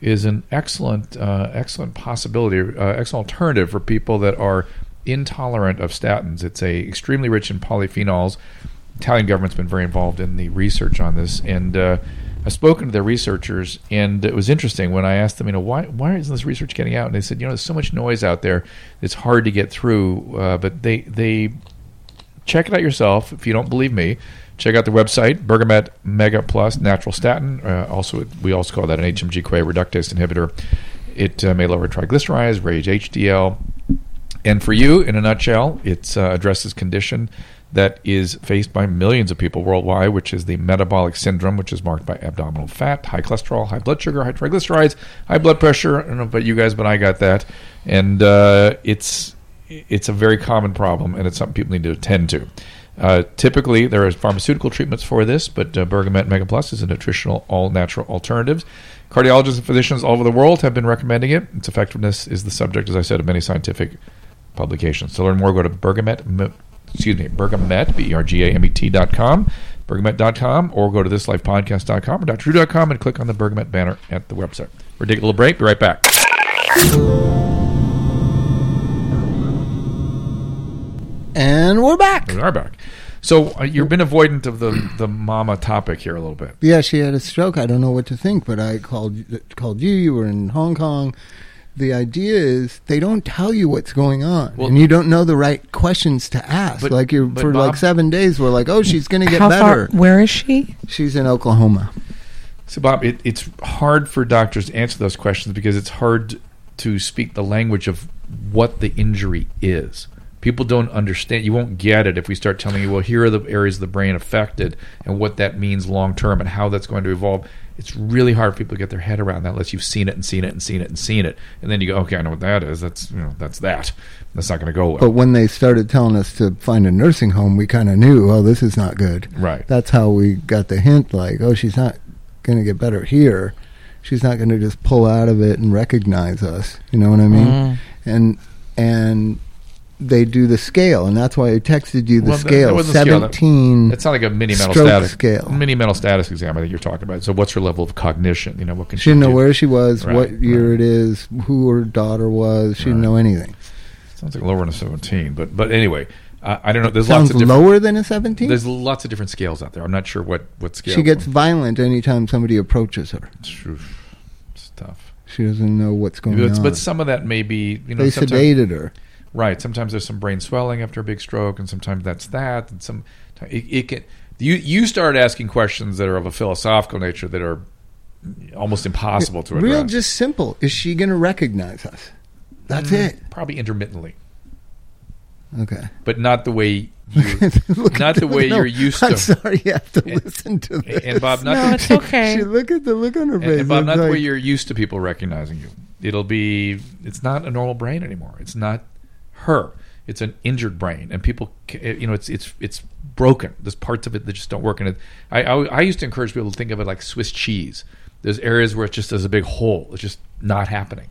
Speaker 1: is an excellent, uh, excellent possibility, uh, excellent alternative for people that are intolerant of statins. It's a extremely rich in polyphenols. Italian government's been very involved in the research on this, and uh, I've spoken to their researchers, and it was interesting when I asked them, you know, why why isn't this research getting out? And they said, you know, there's so much noise out there, it's hard to get through. Uh, but they they check it out yourself if you don't believe me. Check out the website, Bergamet Mega Plus Natural Statin. Uh, also, we also call that an HMG-CoA reductase inhibitor. It uh, may lower triglycerides, raise HDL, and for you, in a nutshell, it uh, addresses condition that is faced by millions of people worldwide, which is the metabolic syndrome, which is marked by abdominal fat, high cholesterol, high blood sugar, high triglycerides, high blood pressure. I don't know about you guys, but I got that, and uh, it's it's a very common problem, and it's something people need to attend to. Uh, typically, there are pharmaceutical treatments for this, but uh, Bergamet Mega Plus is a nutritional, all-natural alternative. Cardiologists and physicians all over the world have been recommending it. Its effectiveness is the subject, as I said, of many scientific publications. To learn more, go to Bergamet, m- excuse me, E Bergamet, B-E-R-G-A-M-E-T dot com, Bergamet.com, or go to thislifepodcast.com or drtru.com and click on the Bergamet banner at the website. We're taking a little break. Be right back.
Speaker 2: And we're back.
Speaker 1: We are back. So uh, you've been avoidant of the, the mama topic here a little bit.
Speaker 2: Yeah, she had a stroke. I don't know what to think, but I called called you. You were in Hong Kong. The idea is they don't tell you what's going on,
Speaker 1: Well-
Speaker 2: and you don't know the right questions to ask.
Speaker 1: But-
Speaker 2: like you
Speaker 1: but
Speaker 2: for
Speaker 1: Bob-
Speaker 2: like seven days, we're like, oh, she's going to get
Speaker 3: How
Speaker 2: better.
Speaker 3: far? Where is she?
Speaker 2: She's in Oklahoma.
Speaker 1: So, Bob, it, it's hard for doctors to answer those questions because it's hard to speak the language of what the injury is. People don't understand. You won't get it if we start telling you, well, here are the areas of the brain affected and what that means long term and how that's going to evolve. It's really hard for people to get their head around that unless you've seen it and seen it and seen it and seen it. And then you go, okay, I know what that is. That's, you know, that's that. That's not going to go well.
Speaker 2: But when they started telling us to find a nursing home, we kind of knew, oh, this is not good.
Speaker 1: Right.
Speaker 2: That's how we got the hint. Like, oh, she's not going to get better here. She's not going to just
Speaker 1: Mm-hmm.
Speaker 2: pull out of it and recognize us. You know what I mean? And and they do the scale, and that's why I texted you the
Speaker 1: Well, that- that
Speaker 2: scale.
Speaker 1: wasn't a scale, that-
Speaker 2: Seventeen.
Speaker 1: It's not like a mini mental
Speaker 2: stroke
Speaker 1: status
Speaker 2: scale.
Speaker 1: Mini mental status exam. I think you're talking about. So, what's your level of cognition? You know, what can
Speaker 2: she didn't know
Speaker 1: do?
Speaker 2: where she was,
Speaker 1: Right,
Speaker 2: what year
Speaker 1: right.
Speaker 2: it is, who her daughter was. She didn't know anything.
Speaker 1: Sounds like lower than a 17, but but anyway, I, I don't know. There's
Speaker 2: Sounds
Speaker 1: lots of different,
Speaker 2: lower than a seventeen.
Speaker 1: There's lots of different scales out there. I'm not sure what what scale.
Speaker 2: She gets violent anytime somebody approaches her.
Speaker 1: Oof, It's tough.
Speaker 2: She doesn't know what's going
Speaker 1: But,
Speaker 2: on.
Speaker 1: but some of that may be you know
Speaker 2: Oh, they
Speaker 1: sometimes-
Speaker 2: sedated her.
Speaker 1: Right. Sometimes there's some brain swelling after a big stroke, and sometimes that's that. And some it, it can you you start asking questions that are of a philosophical nature that are almost impossible to address.
Speaker 2: Real, just simple. Is she going to recognize us? That's
Speaker 1: Mm.
Speaker 2: it.
Speaker 1: Probably intermittently,
Speaker 2: Okay.
Speaker 1: but not the way. You,
Speaker 2: Look at
Speaker 1: Not the way
Speaker 2: no,
Speaker 1: you're used
Speaker 2: I'm
Speaker 1: to.
Speaker 2: sorry, you have to
Speaker 1: And-
Speaker 2: listen to this.
Speaker 1: and Bob, not
Speaker 3: No,
Speaker 1: the,
Speaker 3: it's okay.
Speaker 2: She look at the look on her
Speaker 1: And,
Speaker 2: face.
Speaker 1: and Bob,
Speaker 2: It's
Speaker 1: not the
Speaker 2: like-
Speaker 1: way you're used to people recognizing you. It'll be. It's not a normal brain anymore. It's not her. It's an injured brain, and people, ca- eh, you know, it's it's it's broken. There's parts of it that just don't work. And it, I, I I used to encourage people to think of it like Swiss cheese. There's areas where it just there's a big hole. It's just not happening.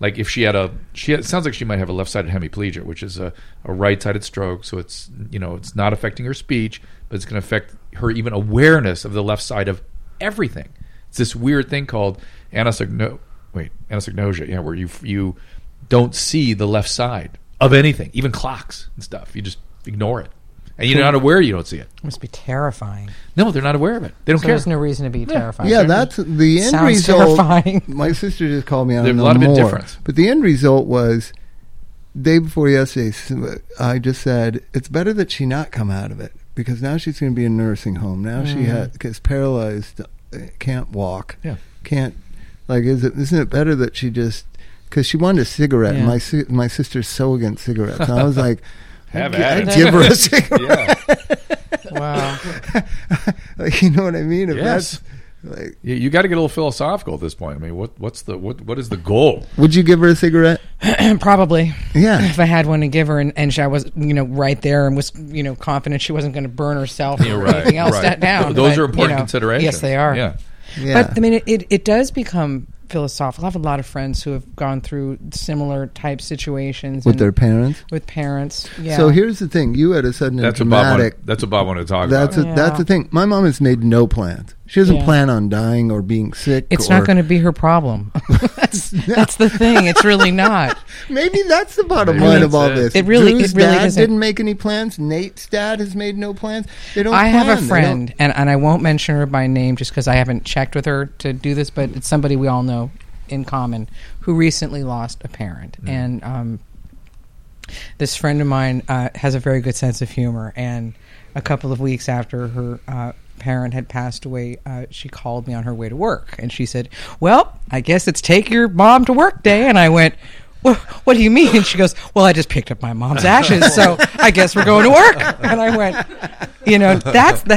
Speaker 1: Like if she had a, she had, it sounds like she might have a left-sided hemiplegia, which is a, a right-sided stroke. So it's you know it's not affecting her speech, but it's going to affect her even awareness of the left side of everything. It's this weird thing called anosogno. Wait, anosognosia. Yeah, where you you don't see the left side of anything, even clocks and stuff. You just ignore it, and you're not aware you don't see it.
Speaker 5: must be terrifying.
Speaker 1: No, they're not aware of it. They don't
Speaker 5: So
Speaker 1: care.
Speaker 5: there's no reason to be terrified.
Speaker 2: Yeah, that's the end
Speaker 5: Sounds
Speaker 2: result.
Speaker 5: terrifying.
Speaker 2: My sister just called me. I
Speaker 1: There's
Speaker 2: don't
Speaker 1: a
Speaker 2: know
Speaker 1: lot of big
Speaker 2: more.
Speaker 1: difference.
Speaker 2: But the end result was day before yesterday. s- I just said it's better that she not come out of it because now she's going to be in a nursing home. Now
Speaker 5: Mm.
Speaker 2: she ha is paralyzed, uh, can't walk.
Speaker 1: Yeah.
Speaker 2: can't. Like, is it? Isn't it better that she just? Because she wanted a cigarette. And
Speaker 3: Yeah.
Speaker 2: my si- my sister's so against cigarettes. And I was like.
Speaker 1: Have
Speaker 2: I'd gi-
Speaker 1: at
Speaker 2: I'd
Speaker 1: it.
Speaker 2: give her a cigarette.
Speaker 1: yeah,
Speaker 5: wow.
Speaker 2: Like, you know what I mean? If
Speaker 1: Yes.
Speaker 2: that's, like,
Speaker 1: you, you got to get a little philosophical at this point. I mean, what what's the what what is the goal?
Speaker 2: would you give her a cigarette?
Speaker 3: Probably.
Speaker 2: Yeah.
Speaker 3: If I had one to give her and, and she, I was, you know, right there and was, you know, confident she wasn't going to burn herself
Speaker 1: Yeah,
Speaker 3: or
Speaker 1: right,
Speaker 3: anything else
Speaker 1: right.
Speaker 3: that down.
Speaker 1: Those
Speaker 3: but,
Speaker 1: are
Speaker 3: you
Speaker 1: important
Speaker 3: know,
Speaker 1: considerations.
Speaker 3: Yes, they are.
Speaker 1: Yeah.
Speaker 2: Yeah.
Speaker 3: But I mean, it, it, it does become philosophical. I have a lot of friends who have gone through similar type situations
Speaker 2: with
Speaker 3: and-
Speaker 2: their parents.
Speaker 3: with parents. Yeah.
Speaker 2: So here's the thing: you had a sudden and
Speaker 1: That's what Bob.
Speaker 2: dramatic.
Speaker 1: Wanted, that's what Bob wanted to talk
Speaker 2: that's
Speaker 1: about.
Speaker 2: a, that's the thing. My mom has made no plans. She doesn't
Speaker 3: Yeah.
Speaker 2: plan on dying or being sick.
Speaker 3: it's
Speaker 2: or-
Speaker 3: not going to be her problem. that's, that's the thing. It's really not.
Speaker 2: Maybe that's the bottom
Speaker 1: Maybe
Speaker 2: line
Speaker 1: that's
Speaker 2: of all
Speaker 1: it.
Speaker 2: this.
Speaker 3: It really-
Speaker 2: Drew's
Speaker 3: it really
Speaker 2: dad
Speaker 3: isn't.
Speaker 2: didn't make any plans. Nate's dad has made no plans. They don't.
Speaker 3: I have
Speaker 2: plan.
Speaker 3: a
Speaker 2: They
Speaker 3: friend, and, and I won't mention her by name just because I haven't checked with her to do this, but it's somebody we all know in common who recently lost a parent.
Speaker 2: Mm.
Speaker 3: And um, this friend of mine uh, has a very good sense of humor. And a couple of weeks after her uh, parent had passed away, uh, she called me on her way to work. And she said, Well, I guess it's take your mom to work day. And I went, well, what do you mean? And she goes, Well, I just picked up my mom's ashes, so I guess we're going to work. And I went, You know, that's the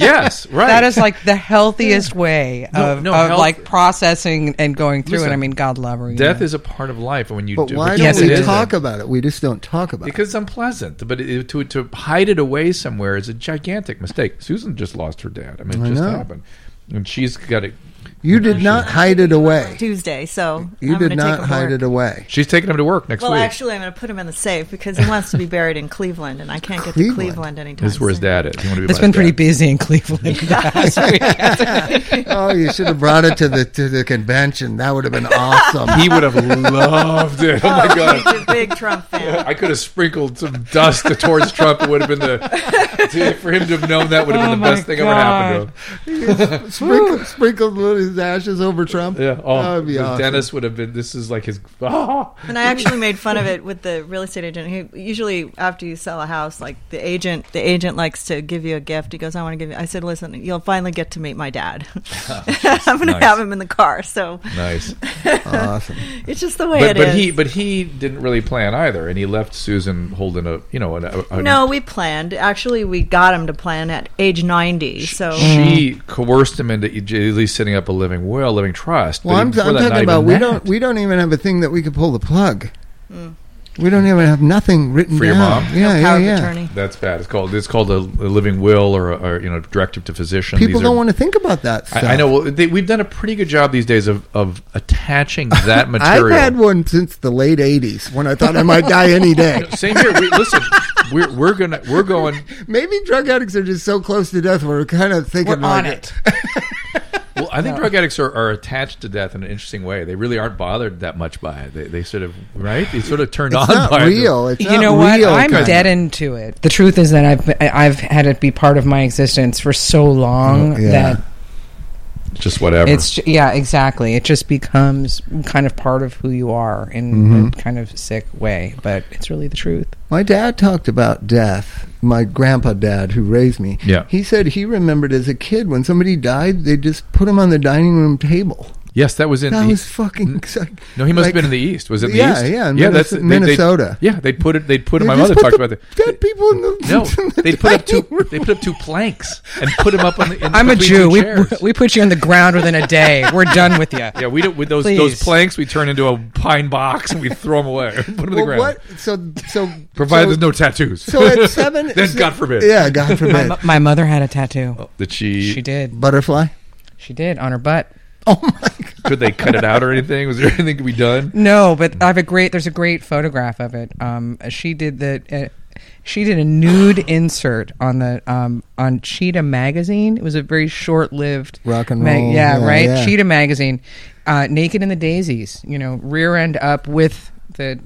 Speaker 1: Yes, right.
Speaker 3: That is like the healthiest way
Speaker 1: No,
Speaker 3: of,
Speaker 1: no,
Speaker 3: of
Speaker 1: health-
Speaker 3: like processing and going through
Speaker 1: Listen,
Speaker 3: it. I mean, God love her. you
Speaker 1: Death
Speaker 3: know.
Speaker 1: is a part of life, and when you
Speaker 2: Don't,
Speaker 1: do-
Speaker 2: but why
Speaker 1: you
Speaker 2: don't
Speaker 3: Yes,
Speaker 1: do
Speaker 3: it
Speaker 2: we
Speaker 3: is.
Speaker 1: it-
Speaker 2: talk about it? We just don't talk about
Speaker 1: Because it's unpleasant, but it, to to hide it away somewhere is a gigantic mistake. Susan just lost her dad. I mean, it
Speaker 2: I
Speaker 1: just
Speaker 2: know.
Speaker 1: happened, and she's got it.
Speaker 2: it. You did not hide it away.
Speaker 4: Tuesday, so
Speaker 2: You
Speaker 4: I'm
Speaker 2: did
Speaker 4: gonna
Speaker 2: not
Speaker 4: take
Speaker 2: hide it away.
Speaker 1: She's taking him to work next
Speaker 4: Well,
Speaker 1: week.
Speaker 4: actually, I'm going to put him in the safe because he wants to be buried in Cleveland, and I can't get
Speaker 2: Cleveland?
Speaker 4: to Cleveland anytime.
Speaker 1: this is where his
Speaker 4: soon.
Speaker 1: dad is. You want to be
Speaker 3: It's
Speaker 1: by
Speaker 3: been
Speaker 1: his
Speaker 3: pretty
Speaker 1: dad.
Speaker 3: busy in Cleveland.
Speaker 2: oh, you should have brought it to the to the convention. That would have been awesome.
Speaker 1: He would have loved it. Oh my god.
Speaker 4: He's a big Trump fan.
Speaker 1: I could have sprinkled some dust towards Trump. It would have been the to- for him to have known that would have
Speaker 3: Oh
Speaker 1: been the best thing ever happened to him.
Speaker 2: sprinkled, sprinkled his ashes over Trump.
Speaker 1: Yeah, oh,
Speaker 2: that would be
Speaker 1: because
Speaker 2: awesome.
Speaker 1: Dennis would have been. This is like his. ah.
Speaker 4: And I actually made fun of it with the real estate agent. He usually after you sell a house, like the agent, the agent likes to give you a gift. He goes, "I want to give you." I said, "Listen, you'll finally get to meet my dad. I'm going to
Speaker 1: nice.
Speaker 4: have him in the car." So
Speaker 1: Nice.
Speaker 2: awesome.
Speaker 4: it's just the way
Speaker 1: but
Speaker 4: it
Speaker 1: but
Speaker 4: is.
Speaker 1: he but he didn't really plan either, and he left Susan holding a you know an, a, a-
Speaker 4: no, we planned. Actually, we got him to plan at age 90. So
Speaker 1: She coerced him into e, at least setting up a living will, living trust.
Speaker 2: Well,
Speaker 1: but
Speaker 2: I'm,
Speaker 1: even
Speaker 2: I'm
Speaker 1: before that,
Speaker 2: talking
Speaker 1: not
Speaker 2: about
Speaker 1: even
Speaker 2: we
Speaker 1: that.
Speaker 3: Mm.
Speaker 2: don't we don't even have a thing that we could pull the plug. We don't even have nothing written
Speaker 1: For your
Speaker 2: down.
Speaker 1: mom?
Speaker 2: Yeah,
Speaker 4: no
Speaker 2: yeah,
Speaker 4: power
Speaker 2: yeah.
Speaker 4: of attorney.
Speaker 1: That's bad. It's called it's called a, a living will or, a, or you know directive to physician.
Speaker 2: People
Speaker 1: These
Speaker 2: don't
Speaker 1: are-
Speaker 2: want to think about that stuff.
Speaker 1: I, I know. Well, they, we've done a pretty good job these days of, of attaching that material.
Speaker 2: I've had one since the late '80s when I thought I might die any day.
Speaker 1: Same here. We, listen, we're we're gonna we're going.
Speaker 2: Maybe drug addicts are just so close to death we're kind of thinking
Speaker 3: We're
Speaker 2: like
Speaker 3: on it.
Speaker 1: Well, I think drug addicts are, are attached to death in an interesting way. They really aren't bothered that much by it. They, they sort of right. They sort of turned
Speaker 2: It's
Speaker 1: on
Speaker 2: not
Speaker 1: by
Speaker 2: real. It's
Speaker 3: you
Speaker 2: not
Speaker 3: know what?
Speaker 2: real
Speaker 3: I'm
Speaker 2: kind of-
Speaker 3: deadened to it. The truth is that I've I've had it be part of my existence for so long
Speaker 2: Oh, yeah.
Speaker 3: that
Speaker 1: It. Just whatever.
Speaker 3: it's ju- yeah exactly. It just becomes kind of part of who you are in
Speaker 2: Mm-hmm.
Speaker 3: a kind of sick way, but it's really the truth.
Speaker 2: My dad talked about death. My grandpa dad, who raised me,
Speaker 1: Yeah.
Speaker 2: he said he remembered as a kid when somebody died, they just put him on the dining room table.
Speaker 1: yes, that was in.
Speaker 2: That
Speaker 1: the- E-
Speaker 2: was fucking.
Speaker 1: no, he must
Speaker 2: like-
Speaker 1: have been in the east. Was it the
Speaker 2: yeah,
Speaker 1: east?
Speaker 2: Yeah, in Minnes-
Speaker 1: they- they-
Speaker 2: Minnesota.
Speaker 1: yeah, they'd put it. They'd put it.
Speaker 2: They
Speaker 1: My
Speaker 2: just
Speaker 1: mother
Speaker 2: put
Speaker 1: talked
Speaker 2: the
Speaker 1: about that.
Speaker 2: Dead people in the
Speaker 1: No,
Speaker 2: in the
Speaker 1: they'd put up two.
Speaker 2: dining room.
Speaker 1: They put up two planks and put them up on the. In
Speaker 3: I'm a
Speaker 1: between
Speaker 3: Jew.
Speaker 1: two
Speaker 3: We,
Speaker 1: chairs.
Speaker 3: we put you on the ground within a day. We're done with you.
Speaker 1: Yeah, we don't, with those
Speaker 3: Please.
Speaker 1: those planks we turn into a pine box and we throw them away, put them in the
Speaker 2: Well,
Speaker 1: ground.
Speaker 2: what? So so
Speaker 1: Provided
Speaker 2: so,
Speaker 1: there's no tattoos.
Speaker 2: So at seven,
Speaker 1: Then God forbid.
Speaker 2: Yeah, God forbid.
Speaker 3: My, my mother had a
Speaker 2: Oh.
Speaker 3: tattoo.
Speaker 1: Did she,
Speaker 3: She did.
Speaker 2: Butterfly.
Speaker 3: She did on her butt.
Speaker 2: Oh my god.
Speaker 1: Could they cut it out or anything? Was there anything to be done?
Speaker 3: No, but I have a great. There's a great photograph of it. Um, she did the. Uh, she did a nude insert on the um, on Cheetah magazine. It was a very short-lived
Speaker 2: Rock and roll,
Speaker 3: yeah,
Speaker 2: yeah,
Speaker 3: right.
Speaker 2: yeah.
Speaker 3: Cheetah magazine, uh, naked in the daisies. You know, rear end up with the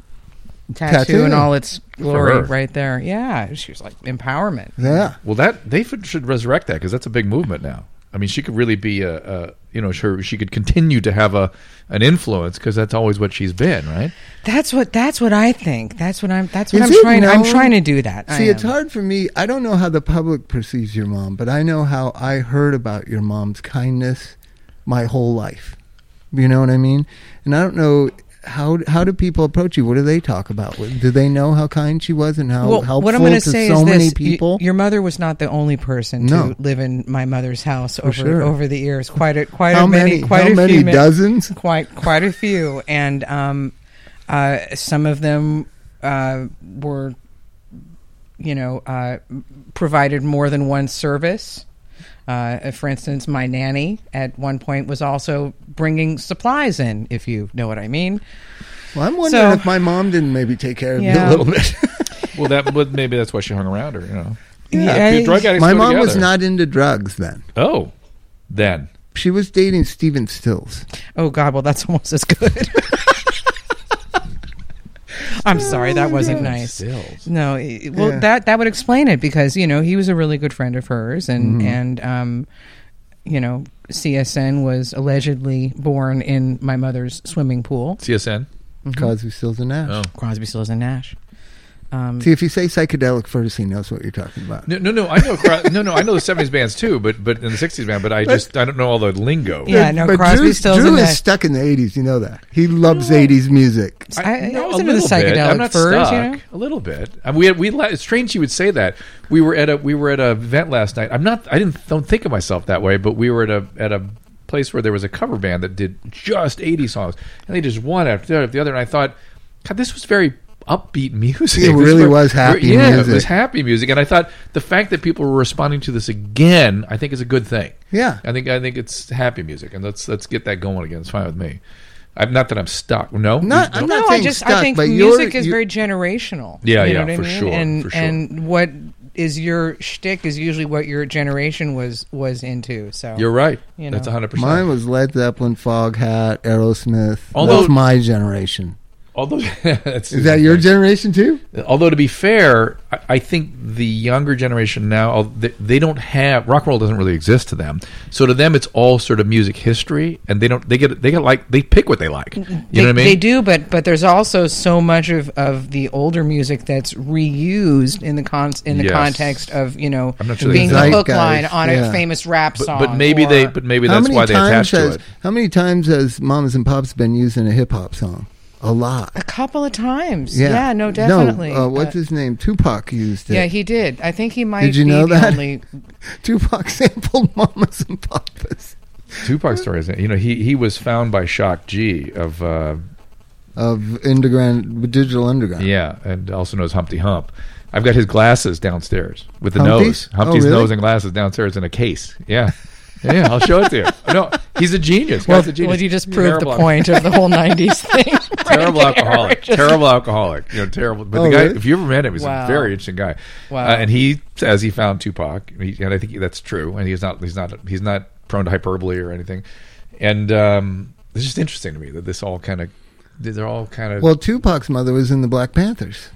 Speaker 3: tattoo,
Speaker 2: Tattoo.
Speaker 3: and all its
Speaker 1: her.
Speaker 3: glory right there. Yeah, she was like empowerment.
Speaker 2: Yeah.
Speaker 1: Well, that they f- should resurrect that because that's a big movement now. I mean, she could really be a, a you know, sure she could continue to have a an influence because that's always what she's been, right?
Speaker 3: That's what. That's what I think. That's what I'm. That's what
Speaker 2: Is
Speaker 3: I'm
Speaker 2: it
Speaker 3: trying. I'm
Speaker 2: known?
Speaker 3: trying to do that. I
Speaker 2: See, it's
Speaker 3: am.
Speaker 2: hard for me. I don't know how the public perceives your mom, but I know how I heard about your mom's kindness my whole life. You know what I mean? And I don't know how how do people approach you? What do they talk about? Do they know how kind she was and how helpful
Speaker 3: what I'm
Speaker 2: to
Speaker 3: gonna say
Speaker 2: so
Speaker 3: is this:
Speaker 2: many
Speaker 3: y-
Speaker 2: people?
Speaker 3: your mother was not the only person
Speaker 2: No.
Speaker 3: to live in my mother's house over
Speaker 2: sure.
Speaker 3: over the years. Quite a quite
Speaker 2: How
Speaker 3: a many,
Speaker 2: many-
Speaker 3: quite
Speaker 2: how
Speaker 3: a
Speaker 2: many
Speaker 3: few, ma-
Speaker 2: dozens?
Speaker 3: Quite quite a few, and um, uh, some of them uh, were, you know, uh, provided more than one service. Uh, for instance, my nanny at one point was also bringing supplies in, if you know what I mean.
Speaker 2: well, I'm wondering
Speaker 3: so-
Speaker 2: if my mom didn't maybe take care of you a
Speaker 3: Yeah.
Speaker 2: little bit.
Speaker 1: Well, that but maybe that's why she hung around her, you know.
Speaker 3: Yeah.
Speaker 1: drug addicts
Speaker 2: my
Speaker 1: go
Speaker 2: mom was
Speaker 1: together.
Speaker 2: not into drugs then.
Speaker 1: Oh, then
Speaker 2: She was dating Steven Stills.
Speaker 3: Oh God, well that's almost as good. I'm sorry,
Speaker 1: Oh,
Speaker 3: that wasn't nice.
Speaker 1: Stills.
Speaker 3: No, i- well
Speaker 2: Yeah.
Speaker 3: that that would explain it because you know he was a really good friend of hers,
Speaker 1: Mm-hmm.
Speaker 3: and and um, you know CSN was allegedly born in my mother's swimming pool.
Speaker 1: CSN.
Speaker 3: Mm-hmm.
Speaker 2: Cosby, Stills, and Nash.
Speaker 1: Oh.
Speaker 3: Crosby, Stills, and Nash.
Speaker 2: See, if you say psychedelic first, he knows what you're talking about.
Speaker 1: No, no, no. I know. Cro- no, no. I know the seventies bands too, but but in the sixties band, but I just I don't know all the lingo.
Speaker 3: Yeah. no, Crosby,
Speaker 2: Drew,
Speaker 3: Stills,
Speaker 2: Drew
Speaker 3: and
Speaker 2: is
Speaker 3: Nash.
Speaker 2: stuck in the '80s. You know that he loves '80s music.
Speaker 3: I- I
Speaker 1: no,
Speaker 3: was
Speaker 1: a
Speaker 3: into the
Speaker 1: little bit.
Speaker 3: psychedelic
Speaker 1: I'm not
Speaker 3: furs, you
Speaker 1: stuck.
Speaker 3: know?
Speaker 1: A little bit. I mean, we had, we la- it's strange you would say that. We were at a we were at a event last night. I'm not. I didn't don't think of myself that way, but we were at a at a place where there was a cover band that did just 80 songs, and they just one after the other, after the other. And I thought, God, this was very upbeat music.
Speaker 2: It
Speaker 1: This
Speaker 2: really
Speaker 1: were-
Speaker 2: was happy
Speaker 1: Yeah, it was
Speaker 2: music.
Speaker 1: happy music, and I thought the fact that people were responding to this again, I think is a good thing.
Speaker 2: Yeah.
Speaker 1: I think I think it's happy music, and let's let's get that going again. It's fine with me. I'm not that I'm stuck. No,
Speaker 2: Not-
Speaker 1: No.
Speaker 2: I'm
Speaker 3: no,
Speaker 2: not
Speaker 3: I
Speaker 2: saying
Speaker 3: just I
Speaker 2: stuck,
Speaker 3: think
Speaker 2: but
Speaker 3: music
Speaker 2: you're-
Speaker 3: is
Speaker 2: you-
Speaker 3: very generational.
Speaker 1: Yeah,
Speaker 3: you
Speaker 1: yeah,
Speaker 3: know what I
Speaker 1: for
Speaker 3: mean?
Speaker 1: sure,
Speaker 3: And
Speaker 1: for sure.
Speaker 3: and what is your shtick is usually what your generation was was into. So
Speaker 1: You're right.
Speaker 3: You
Speaker 1: That's
Speaker 3: know.
Speaker 1: 100%.
Speaker 2: Mine was Led Zeppelin, Foghat, Aerosmith.
Speaker 1: Although-
Speaker 2: That's my generation.
Speaker 1: although, that's-
Speaker 2: Is that your generation too?
Speaker 1: although, to be fair, I, I think the younger generation now, al- they, they don't have, rock and roll doesn't really exist to them. So to them, it's all sort of music history, and they don't, they get, they get like, they pick what they like. You
Speaker 3: they,
Speaker 1: know what I mean?
Speaker 3: they do, but but there's also so much of, of the older music that's reused in the con- in the
Speaker 1: Yes.
Speaker 3: context of you know
Speaker 1: I'm not sure
Speaker 3: being
Speaker 1: they-
Speaker 3: the hook
Speaker 2: Zeitgeist,
Speaker 3: line on
Speaker 2: yeah.
Speaker 3: a famous rap
Speaker 1: But,
Speaker 3: song.
Speaker 1: but maybe they,
Speaker 3: or-
Speaker 1: but maybe that's why they attach to
Speaker 2: has
Speaker 1: it.
Speaker 2: How many times has Mamas and Pops been used in a hip hop song? A lot.
Speaker 3: a couple of times.
Speaker 2: Yeah.
Speaker 3: Yeah, no, definitely.
Speaker 2: No, uh, what's
Speaker 3: Uh,
Speaker 2: his name? Tupac used it.
Speaker 3: yeah, he did. I think he might
Speaker 2: Did you
Speaker 3: be
Speaker 2: know
Speaker 3: the
Speaker 2: that?
Speaker 3: only
Speaker 2: Tupac sampled Mamas and Papas.
Speaker 1: Tupac story is, you know, he, he was found by Shock G of, uh,
Speaker 2: of underground digital underground.
Speaker 1: Yeah, and also knows Humpty Hump. I've got his glasses downstairs with the nose.
Speaker 2: Humpty's? Oh,
Speaker 1: Humpty's
Speaker 2: really?
Speaker 1: nose and glasses downstairs in a case. Yeah. Yeah, I'll show it to you. No, he's a genius. Guy's a genius.
Speaker 5: Well, you just
Speaker 1: He's a
Speaker 5: proved
Speaker 1: terrible
Speaker 5: the
Speaker 1: alcoholic.
Speaker 5: point of the whole '90s thing. right
Speaker 1: terrible
Speaker 5: there.
Speaker 1: alcoholic,
Speaker 5: Just-
Speaker 1: terrible alcoholic. You know, terrible. But
Speaker 2: Oh,
Speaker 1: the guy,
Speaker 2: really?
Speaker 1: if you ever met him, he's
Speaker 5: Wow.
Speaker 1: a very interesting guy.
Speaker 5: Wow.
Speaker 1: Uh, and he says he found Tupac, and he- and I think that's true. And he's not, he's not, he's not prone to hyperbole or anything. And um, it's just interesting to me that this all kind of, they're all kind of.
Speaker 2: Well, Tupac's mother was in the Black Panthers.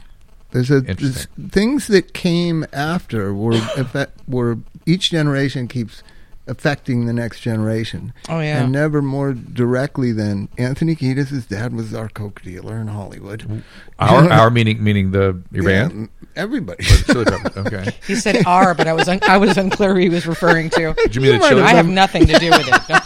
Speaker 2: There's a there's
Speaker 1: Interesting.
Speaker 2: things that came after were affect, were each generation keeps affecting the next generation.
Speaker 3: Oh, yeah.
Speaker 2: and never more directly than Anthony Kiedis' dad was our coke dealer in Hollywood.
Speaker 1: our, our meaning, meaning the your
Speaker 2: Yeah,
Speaker 1: band.
Speaker 2: everybody.
Speaker 1: Or the Chili Peppers, okay.
Speaker 3: He said "R," but I was un- I was unclear who he was referring to.
Speaker 1: Did you mean the
Speaker 2: might
Speaker 1: Chili
Speaker 3: I have
Speaker 1: Peppers?
Speaker 3: nothing to do with it. Don't-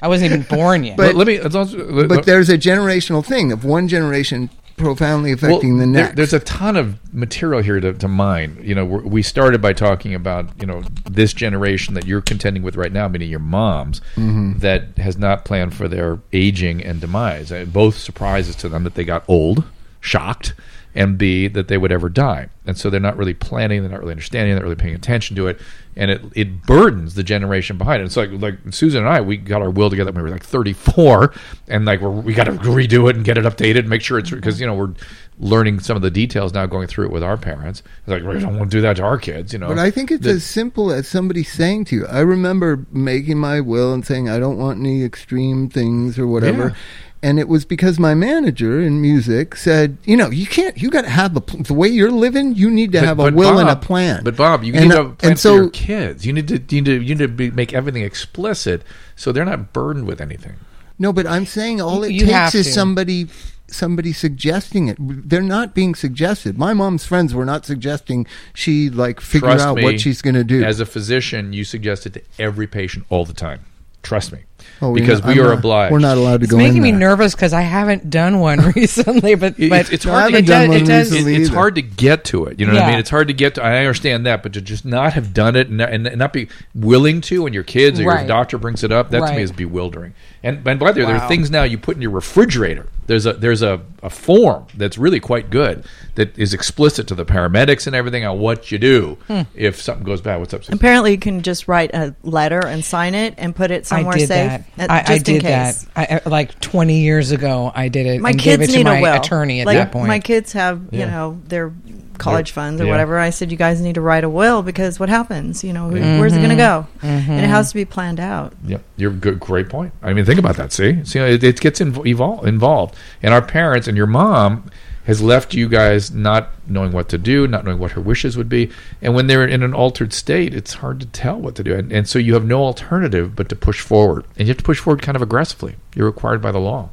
Speaker 3: I wasn't even born yet.
Speaker 1: But let me. Let's also, let-
Speaker 2: but there's a generational thing of one generation profoundly affecting the
Speaker 1: there-
Speaker 2: next.
Speaker 1: there's a ton of material here to, to mine. You know, we're, we started by talking about you know this generation that you're contending with right now, meaning your moms,
Speaker 2: Mm-hmm.
Speaker 1: that has not planned for their aging and demise. Uh, Both surprises to them that they got old, shocked, and b that they would ever die, and so they're not really planning, they're not really understanding, they're not really paying attention to it, and it it burdens the generation behind it. It's like like Susan and I, we got our will together when we were like 34, and like we're, we got to redo it and get it updated and make sure it's because you know we're learning some of the details now going through it with our parents. It's like, we don't want to do that to our kids, you know.
Speaker 2: But I think it's
Speaker 1: The-
Speaker 2: as simple as somebody saying to you. I remember making my will and saying I don't want any extreme things or whatever.
Speaker 1: Yeah.
Speaker 2: And it was because my manager in music said, you know, you can't, you got to have a, pl- the way you're living, you need to
Speaker 1: but-
Speaker 2: have a
Speaker 1: but
Speaker 2: will and a
Speaker 1: Bob-
Speaker 2: plan.
Speaker 1: But Bob, you
Speaker 2: and,
Speaker 1: need to
Speaker 2: uh,
Speaker 1: have a plan
Speaker 2: and so,
Speaker 1: for your kids. You need to you need to, you need to be, make everything explicit so they're not burdened with anything.
Speaker 2: No, but I'm saying all it
Speaker 3: You have
Speaker 2: takes is
Speaker 3: to.
Speaker 2: somebody somebody suggesting it. They're not being suggested. My mom's friends were not suggesting she like figure
Speaker 1: Trust
Speaker 2: out
Speaker 1: me,
Speaker 2: what she's going to do.
Speaker 1: As a physician, you suggest it to every patient all the time. Trust me,
Speaker 2: Oh, we're
Speaker 1: because
Speaker 2: not-
Speaker 1: we
Speaker 2: I'm
Speaker 1: are
Speaker 2: not-
Speaker 1: obliged.
Speaker 2: We're not allowed to
Speaker 3: it's
Speaker 2: go in
Speaker 3: making me
Speaker 2: there.
Speaker 3: nervous because I haven't done one recently. But
Speaker 1: It-
Speaker 3: but
Speaker 1: it's, it's
Speaker 2: No, I
Speaker 1: hard. To, it
Speaker 2: haven't done
Speaker 1: does,
Speaker 2: one
Speaker 1: it does,
Speaker 2: recently
Speaker 1: it- it's
Speaker 2: either.
Speaker 1: hard to get to it. You know what I
Speaker 3: Yeah.
Speaker 1: mean? It's hard to get to. I understand that, but to just not have done it and, and, and not be willing to, when your kids or
Speaker 3: Right.
Speaker 1: your doctor brings it up, that to
Speaker 3: Right.
Speaker 1: me is bewildering. And, and by the way, there
Speaker 3: Wow.
Speaker 1: are things now you put in your refrigerator. There's a there's a, a form that's really quite good that is explicit to the paramedics and everything on what you do
Speaker 3: Hmm.
Speaker 1: if something goes bad. What's up? Susan?
Speaker 4: Apparently, you can just write a letter and sign it and put it somewhere
Speaker 3: I did
Speaker 4: safe,
Speaker 3: That.
Speaker 4: uh,
Speaker 3: I,
Speaker 4: just
Speaker 3: I did
Speaker 4: in case.
Speaker 3: that. I- I, like 20 years ago, I did it.
Speaker 4: My
Speaker 3: and
Speaker 4: kids
Speaker 3: gave it
Speaker 4: need
Speaker 3: to my
Speaker 4: a will.
Speaker 3: attorney at
Speaker 4: like,
Speaker 3: that
Speaker 1: Uh,
Speaker 3: point.
Speaker 4: My kids have, you
Speaker 1: Yeah.
Speaker 4: know, their college funds or
Speaker 1: yeah.
Speaker 4: whatever. I said, you guys need to write a will because what happens? You know, who, where's it going
Speaker 3: Mm-hmm.
Speaker 4: to go? And it has to be planned out.
Speaker 1: Yep, you're good. Great point. I mean, think about that. See, see, it, it gets inv- evol- involved, and our parents and your mom has left you guys not knowing what to do, not knowing what her wishes would be, and when they're in an altered state, it's hard to tell what to do, and, and so you have no alternative but to push forward, and you have to push forward kind of aggressively. You're required by the law.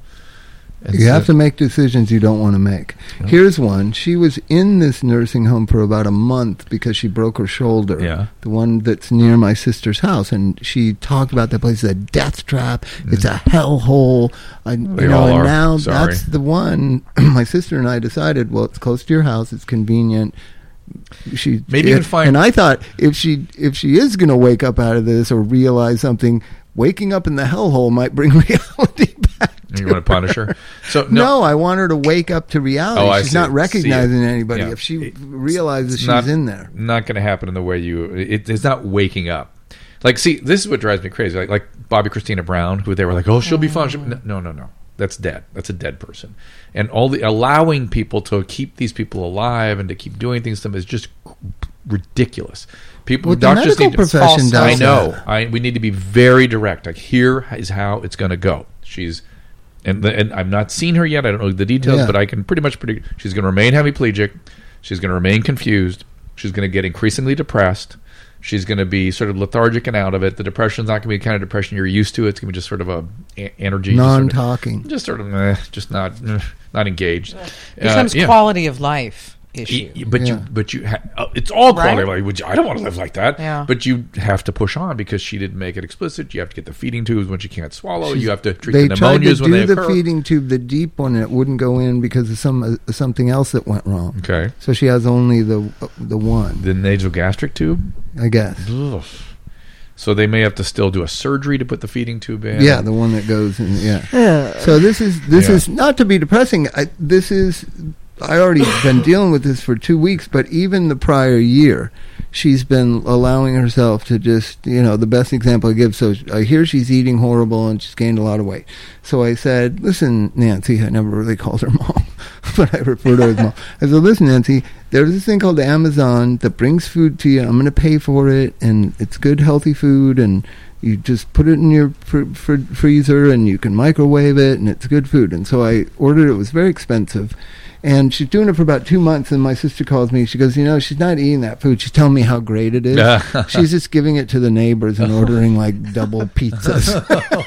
Speaker 1: And
Speaker 2: You
Speaker 1: so-
Speaker 2: have to make decisions you don't want to make. Here's one. She was in this nursing home for about a month because she broke her shoulder.
Speaker 1: Yeah.
Speaker 2: The one that's near my sister's house. And she talked about that place as a death trap. It's a hellhole. I- You know,
Speaker 1: Mm. all
Speaker 2: and
Speaker 1: are.
Speaker 2: now
Speaker 1: Sorry.
Speaker 2: that's the one my sister and I decided, well, it's close to your house, it's convenient. She
Speaker 1: Maybe you can find-
Speaker 2: and I thought if she if she is going to wake up out of this or realize something, waking up in the hellhole might bring reality back.
Speaker 1: You want to punish her? So no.
Speaker 2: No, I want her to wake up to reality.
Speaker 1: Oh, I
Speaker 2: she's
Speaker 1: see.
Speaker 2: not recognizing
Speaker 1: See it.
Speaker 2: anybody.
Speaker 1: Yeah.
Speaker 2: If she
Speaker 1: It's
Speaker 2: realizes she's
Speaker 1: not-
Speaker 2: in there,
Speaker 1: Not going to happen in the way you. It, it's not waking up. Like, see, this is what drives me crazy. Like, like Bobby Christina Brown, who they were like, "Oh, she'll be fine." She'll be-" No, no, no. That's dead. That's a dead person. And all the allowing people to keep these people alive and to keep doing things to them is just ridiculous. People,
Speaker 2: Well, the
Speaker 1: doctors
Speaker 2: medical
Speaker 1: need to,
Speaker 2: profession
Speaker 1: False.
Speaker 2: does
Speaker 1: I know.
Speaker 2: that.
Speaker 1: I, we need to be very direct. Like, here is how it's going to go. She's. And, the, and I've not seen her yet. I don't know the details,
Speaker 2: Yeah.
Speaker 1: but I can pretty much predict she's going to remain hemiplegic. She's going to remain confused. She's going to get increasingly depressed. She's going to be sort of lethargic and out of it. The depression's not going to be the kind of depression you're used to. It's going to be just sort of a, a- energy,
Speaker 2: non-talking.
Speaker 1: just sort of, just sort of, eh, just not, eh, not engaged.
Speaker 3: becomes
Speaker 1: Uh, yeah.
Speaker 3: quality of life issue.
Speaker 1: Y- y- But
Speaker 2: Yeah.
Speaker 1: you, but you, ha- uh, it's all quality of
Speaker 3: Right?
Speaker 1: life. Which I don't want to live like that.
Speaker 3: Yeah.
Speaker 1: But you have to push on because she didn't make it explicit. You have to get the feeding tubes when she can't swallow. you have to treat
Speaker 2: They
Speaker 1: the
Speaker 2: tried to
Speaker 1: pneumonias when they
Speaker 2: do the
Speaker 1: occur.
Speaker 2: feeding tube, the deep one, and it wouldn't go in because of some uh, something else that went wrong.
Speaker 1: Okay.
Speaker 2: So she has only the the one,
Speaker 1: The nasogastric tube.
Speaker 2: I guess.
Speaker 1: Ugh. So they may have to still do a surgery to put the feeding tube in.
Speaker 2: Yeah, the one that goes in. Yeah. So this is this
Speaker 1: Yeah.
Speaker 2: is not to be depressing. I, this is I already been dealing with this for two weeks, but even the prior year, she's been allowing herself to just you know the best example I give. So I hear she's eating horrible and she's gained a lot of weight. So I said, listen, Nancy. I never really called her mom, but I refer to her as mom. I said, listen, Nancy. There's this thing called Amazon that brings food to you. I'm going to pay for it, and it's good, healthy food, and you just put it in your fr- fr- freezer and you can microwave it and it's good food and so i ordered it it was very expensive and she's doing it for about two months and my sister calls me she goes you know she's not eating that food she's telling me how great it is she's just giving it to the neighbors and ordering like double pizzas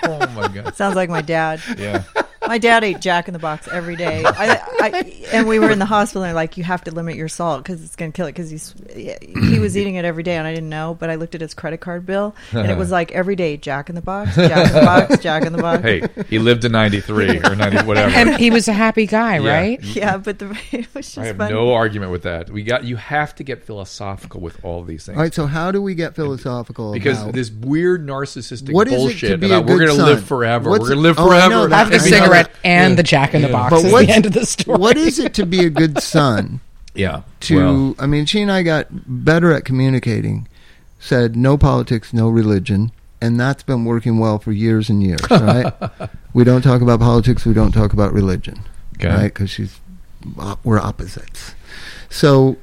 Speaker 1: Oh my god.
Speaker 4: Sounds like my dad.
Speaker 1: Yeah.
Speaker 4: My dad ate Jack in the Box every day.
Speaker 1: Oh
Speaker 4: I, I, and we were in the hospital, and they're like, you have to limit your salt because it's going to kill it. Because he's he was eating it every day, and I didn't know. But I looked at his credit card bill, and it was like every day Jack in the Box, Jack in the Box, Jack in the Box.
Speaker 1: Hey, he lived to 93 or 90 whatever.
Speaker 3: And he was a happy guy,
Speaker 1: Yeah.
Speaker 3: right?
Speaker 4: Yeah, but the it was just
Speaker 1: I have
Speaker 4: funny.
Speaker 1: no argument with that. We got you have to get philosophical with all these things.
Speaker 2: all right so how do we get philosophical
Speaker 1: because
Speaker 2: about-
Speaker 1: this weird narcissistic
Speaker 2: What is it to
Speaker 1: bullshit
Speaker 2: be a
Speaker 1: about we're
Speaker 2: good
Speaker 1: going to
Speaker 2: son?
Speaker 1: live forever.
Speaker 2: What's
Speaker 1: we're going to
Speaker 2: it-
Speaker 1: live
Speaker 2: Oh, I
Speaker 1: forever.
Speaker 2: know that.
Speaker 3: Have the
Speaker 2: I mean, how
Speaker 3: cigarette and the Jack in the Box is
Speaker 2: what's-
Speaker 3: the end of the story.
Speaker 2: what is it to be a good son
Speaker 1: Yeah.
Speaker 2: to
Speaker 1: well,
Speaker 2: I mean she and I got better at communicating said no politics no religion and that's been working well for years and years right we don't talk about politics we don't talk about religion
Speaker 1: Okay.
Speaker 2: right cuz she's op- we're opposites so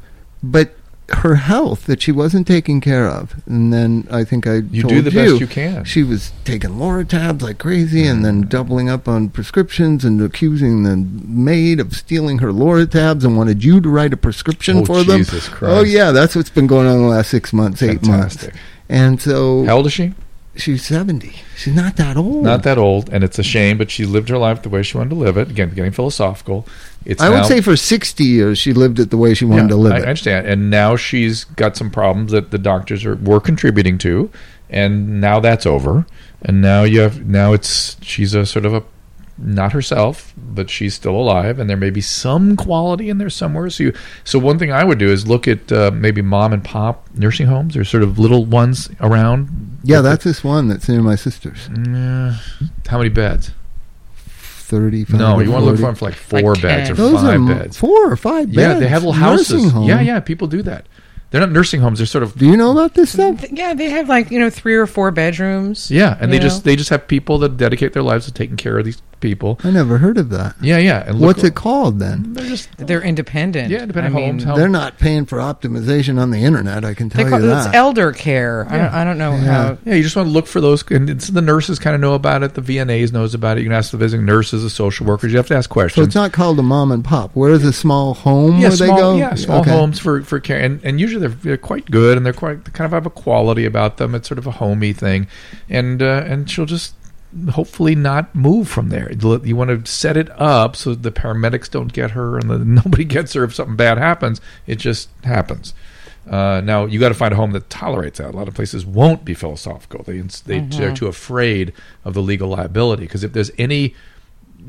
Speaker 2: but her health that she wasn't taking care of and then I think I
Speaker 1: You
Speaker 2: told
Speaker 1: do the best you can.
Speaker 2: she was taking Loratabs like crazy and then
Speaker 1: Mm-hmm.
Speaker 2: doubling up on prescriptions and accusing the maid of stealing her Loratabs and wanted you to write a prescription
Speaker 1: Oh,
Speaker 2: for them.
Speaker 1: Jesus Christ.
Speaker 2: Oh, yeah, that's what's been going on the last six months, eight months.
Speaker 1: Fantastic.
Speaker 2: And so
Speaker 1: how old is she?
Speaker 2: she's 70. She's not that old.
Speaker 1: Not that old, and it's a shame, but she lived her life the way she wanted to live it. Again, getting philosophical. It's
Speaker 2: I would
Speaker 1: now-
Speaker 2: say for 60 years, she lived it the way she wanted to live
Speaker 1: I, I
Speaker 2: it.
Speaker 1: understand. And now she's got some problems that the doctors are were contributing to, and now that's over. And now you have now it's she's a sort of a not herself, but she's still alive, and there may be some quality in there somewhere. So, you, so one thing I would do is look at uh, maybe mom and pop nursing homes. There's sort of little ones around.
Speaker 2: yeah, that's this one that's near my sister's.
Speaker 1: Mm-hmm. Yeah. How many beds?
Speaker 2: 35.
Speaker 1: No, you want to look
Speaker 2: 40.
Speaker 1: for them for like four
Speaker 3: Like
Speaker 1: beds or
Speaker 3: ten.
Speaker 2: Those
Speaker 1: five
Speaker 2: are m-
Speaker 1: beds.
Speaker 2: four or five beds.
Speaker 1: yeah, they have little
Speaker 2: Nursing
Speaker 1: houses.
Speaker 2: home.
Speaker 1: Yeah, yeah, people do that. They're not nursing homes. They're sort of
Speaker 2: Do you know about this stuff?
Speaker 3: Th- Yeah, they have like you know three or four bedrooms.
Speaker 1: Yeah, and
Speaker 3: you
Speaker 1: they
Speaker 3: know?
Speaker 1: just they just have people that dedicate their lives to taking care of these people.
Speaker 2: I never heard of that.
Speaker 1: Yeah, yeah. And look-
Speaker 2: What's it called then?
Speaker 1: They're just
Speaker 3: they're independent.
Speaker 1: Yeah, independent
Speaker 3: I mean,
Speaker 1: homes, how-
Speaker 2: They're not paying for optimization on the internet. I can
Speaker 3: They
Speaker 2: tell
Speaker 3: call,
Speaker 2: you
Speaker 3: it's
Speaker 2: that.
Speaker 3: elder care. I, don't, I don't know how.
Speaker 1: yeah. You just want to look for those, and it's, the nurses kind of know about it. The VNAs knows about it. You can ask the visiting nurses, the social workers. You have to ask
Speaker 2: so
Speaker 1: questions.
Speaker 2: it's not called a mom and pop. Where is a small home
Speaker 1: yeah,
Speaker 2: where
Speaker 1: small,
Speaker 2: they go?
Speaker 1: yeah, small
Speaker 2: Okay.
Speaker 1: homes for for care, and, and usually they're, they're quite good, and they're quite they kind of have a quality about them. It's sort of a homey thing, and uh, and she'll just hopefully not move from there. You want to set it up so the paramedics don't get her, and the, nobody gets her if something bad happens. It just happens. Uh, now you got to find a home that tolerates that. A lot of places won't be philosophical. They they
Speaker 2: Mm-hmm.
Speaker 1: they're too afraid of the legal liability because if there's any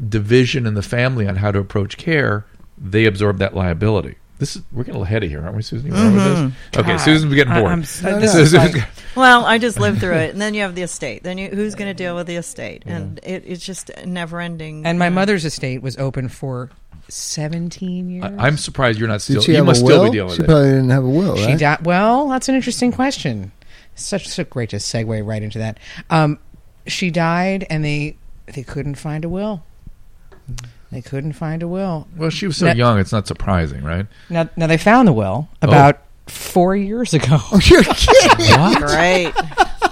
Speaker 1: division in the family on how to approach care, they absorb that liability. This is we're getting a little heady here, aren't we, Susan? You all right with this? Okay,
Speaker 3: Mm-hmm. God.
Speaker 1: Susan's getting
Speaker 3: I-
Speaker 1: bored.
Speaker 3: I'm so-
Speaker 1: Susan's
Speaker 3: this is
Speaker 1: got-
Speaker 3: like-
Speaker 4: Well, I just lived through it, and then you have the estate. Then you, who's going to deal with the estate? And it, it's just never ending.
Speaker 3: And my mother's estate was open for seventeen years.
Speaker 1: I- I'm surprised you're not still.
Speaker 2: Did she
Speaker 1: You
Speaker 2: have
Speaker 1: must
Speaker 2: a
Speaker 1: still
Speaker 2: will?
Speaker 1: be dealing
Speaker 2: she
Speaker 1: with it.
Speaker 2: probably didn't have a will,
Speaker 3: She
Speaker 2: right?
Speaker 3: di- well, that's an interesting question. Such such a great to segue right into that. Um, she died, and they they couldn't find a will. They couldn't find a will.
Speaker 1: Well, she was so
Speaker 3: That-
Speaker 1: young; it's not surprising, right?
Speaker 3: Now now they found the will about four years ago.
Speaker 2: Oh. You're kidding.
Speaker 1: What?
Speaker 4: Great.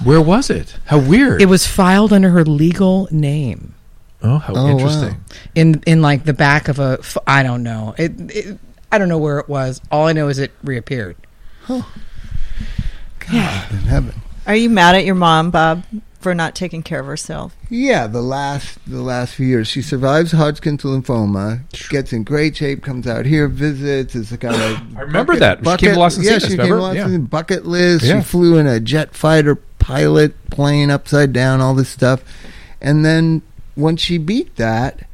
Speaker 1: Where was it? How weird!
Speaker 3: It was filed under her legal name.
Speaker 1: oh, how
Speaker 2: Oh, wow.
Speaker 1: interesting.
Speaker 3: in in like the back of a f- I don't know it, it I don't know where it was. All I know is it reappeared.
Speaker 2: In heaven.
Speaker 4: Are you mad at your mom, Bob, for not taking care of herself?
Speaker 2: Yeah, the last the last few years, she survives Hodgkin's lymphoma, gets in great shape, comes out here, visits. Is the kind of
Speaker 1: I remember that. She came to Los
Speaker 2: yeah,
Speaker 1: Angeles,
Speaker 2: she came
Speaker 1: remember?
Speaker 2: to Los
Speaker 1: Yeah.
Speaker 2: Angeles, bucket list.
Speaker 1: Yeah.
Speaker 2: She flew in a jet fighter pilot plane upside down, all this stuff, and then once she beat that,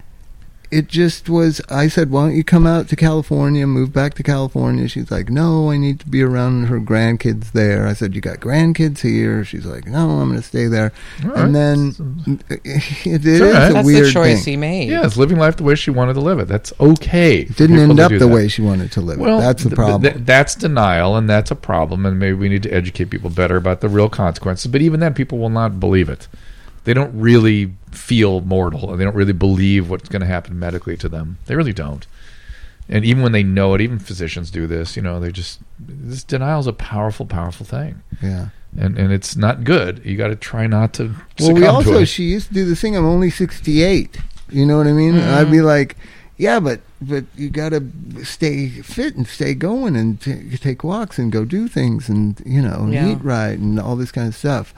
Speaker 2: it just was. I said, "Why don't you come out to California, move back to California?" She's like, "No, I need to be around her grandkids there." I said, "You got grandkids here?" She's like, "No, I'm going to stay there."
Speaker 1: All
Speaker 2: And
Speaker 1: right.
Speaker 2: then it, it is
Speaker 1: all right.
Speaker 2: a
Speaker 1: That's
Speaker 3: That's
Speaker 2: weird
Speaker 3: the choice
Speaker 2: thing.
Speaker 3: he made.
Speaker 1: Yeah, it's living life the way she wanted to live it. That's okay.
Speaker 2: It didn't end up the way she wanted to live. it. That's the
Speaker 1: th- th-
Speaker 2: problem.
Speaker 1: th- that's denial, and that's a problem. And maybe we need to educate people better about the real consequences. But even then, people will not believe it. They don't really feel mortal, and they don't really believe what's going to happen medically to them. They really don't. And even when they know it, even physicians do this. You know, they just this denial is a powerful, powerful thing,
Speaker 2: yeah.
Speaker 1: and and it's not good. You got to try not to.
Speaker 2: Well,
Speaker 1: succumb
Speaker 2: we
Speaker 1: to
Speaker 2: also
Speaker 1: it.
Speaker 2: she used to do the thing. I'm only 68. You know what I mean?
Speaker 1: Mm-hmm.
Speaker 2: And I'd be like, yeah, but but you got to stay fit and stay going and t- take walks and go do things and you know and
Speaker 3: Yeah.
Speaker 2: eat right and all this kind of stuff.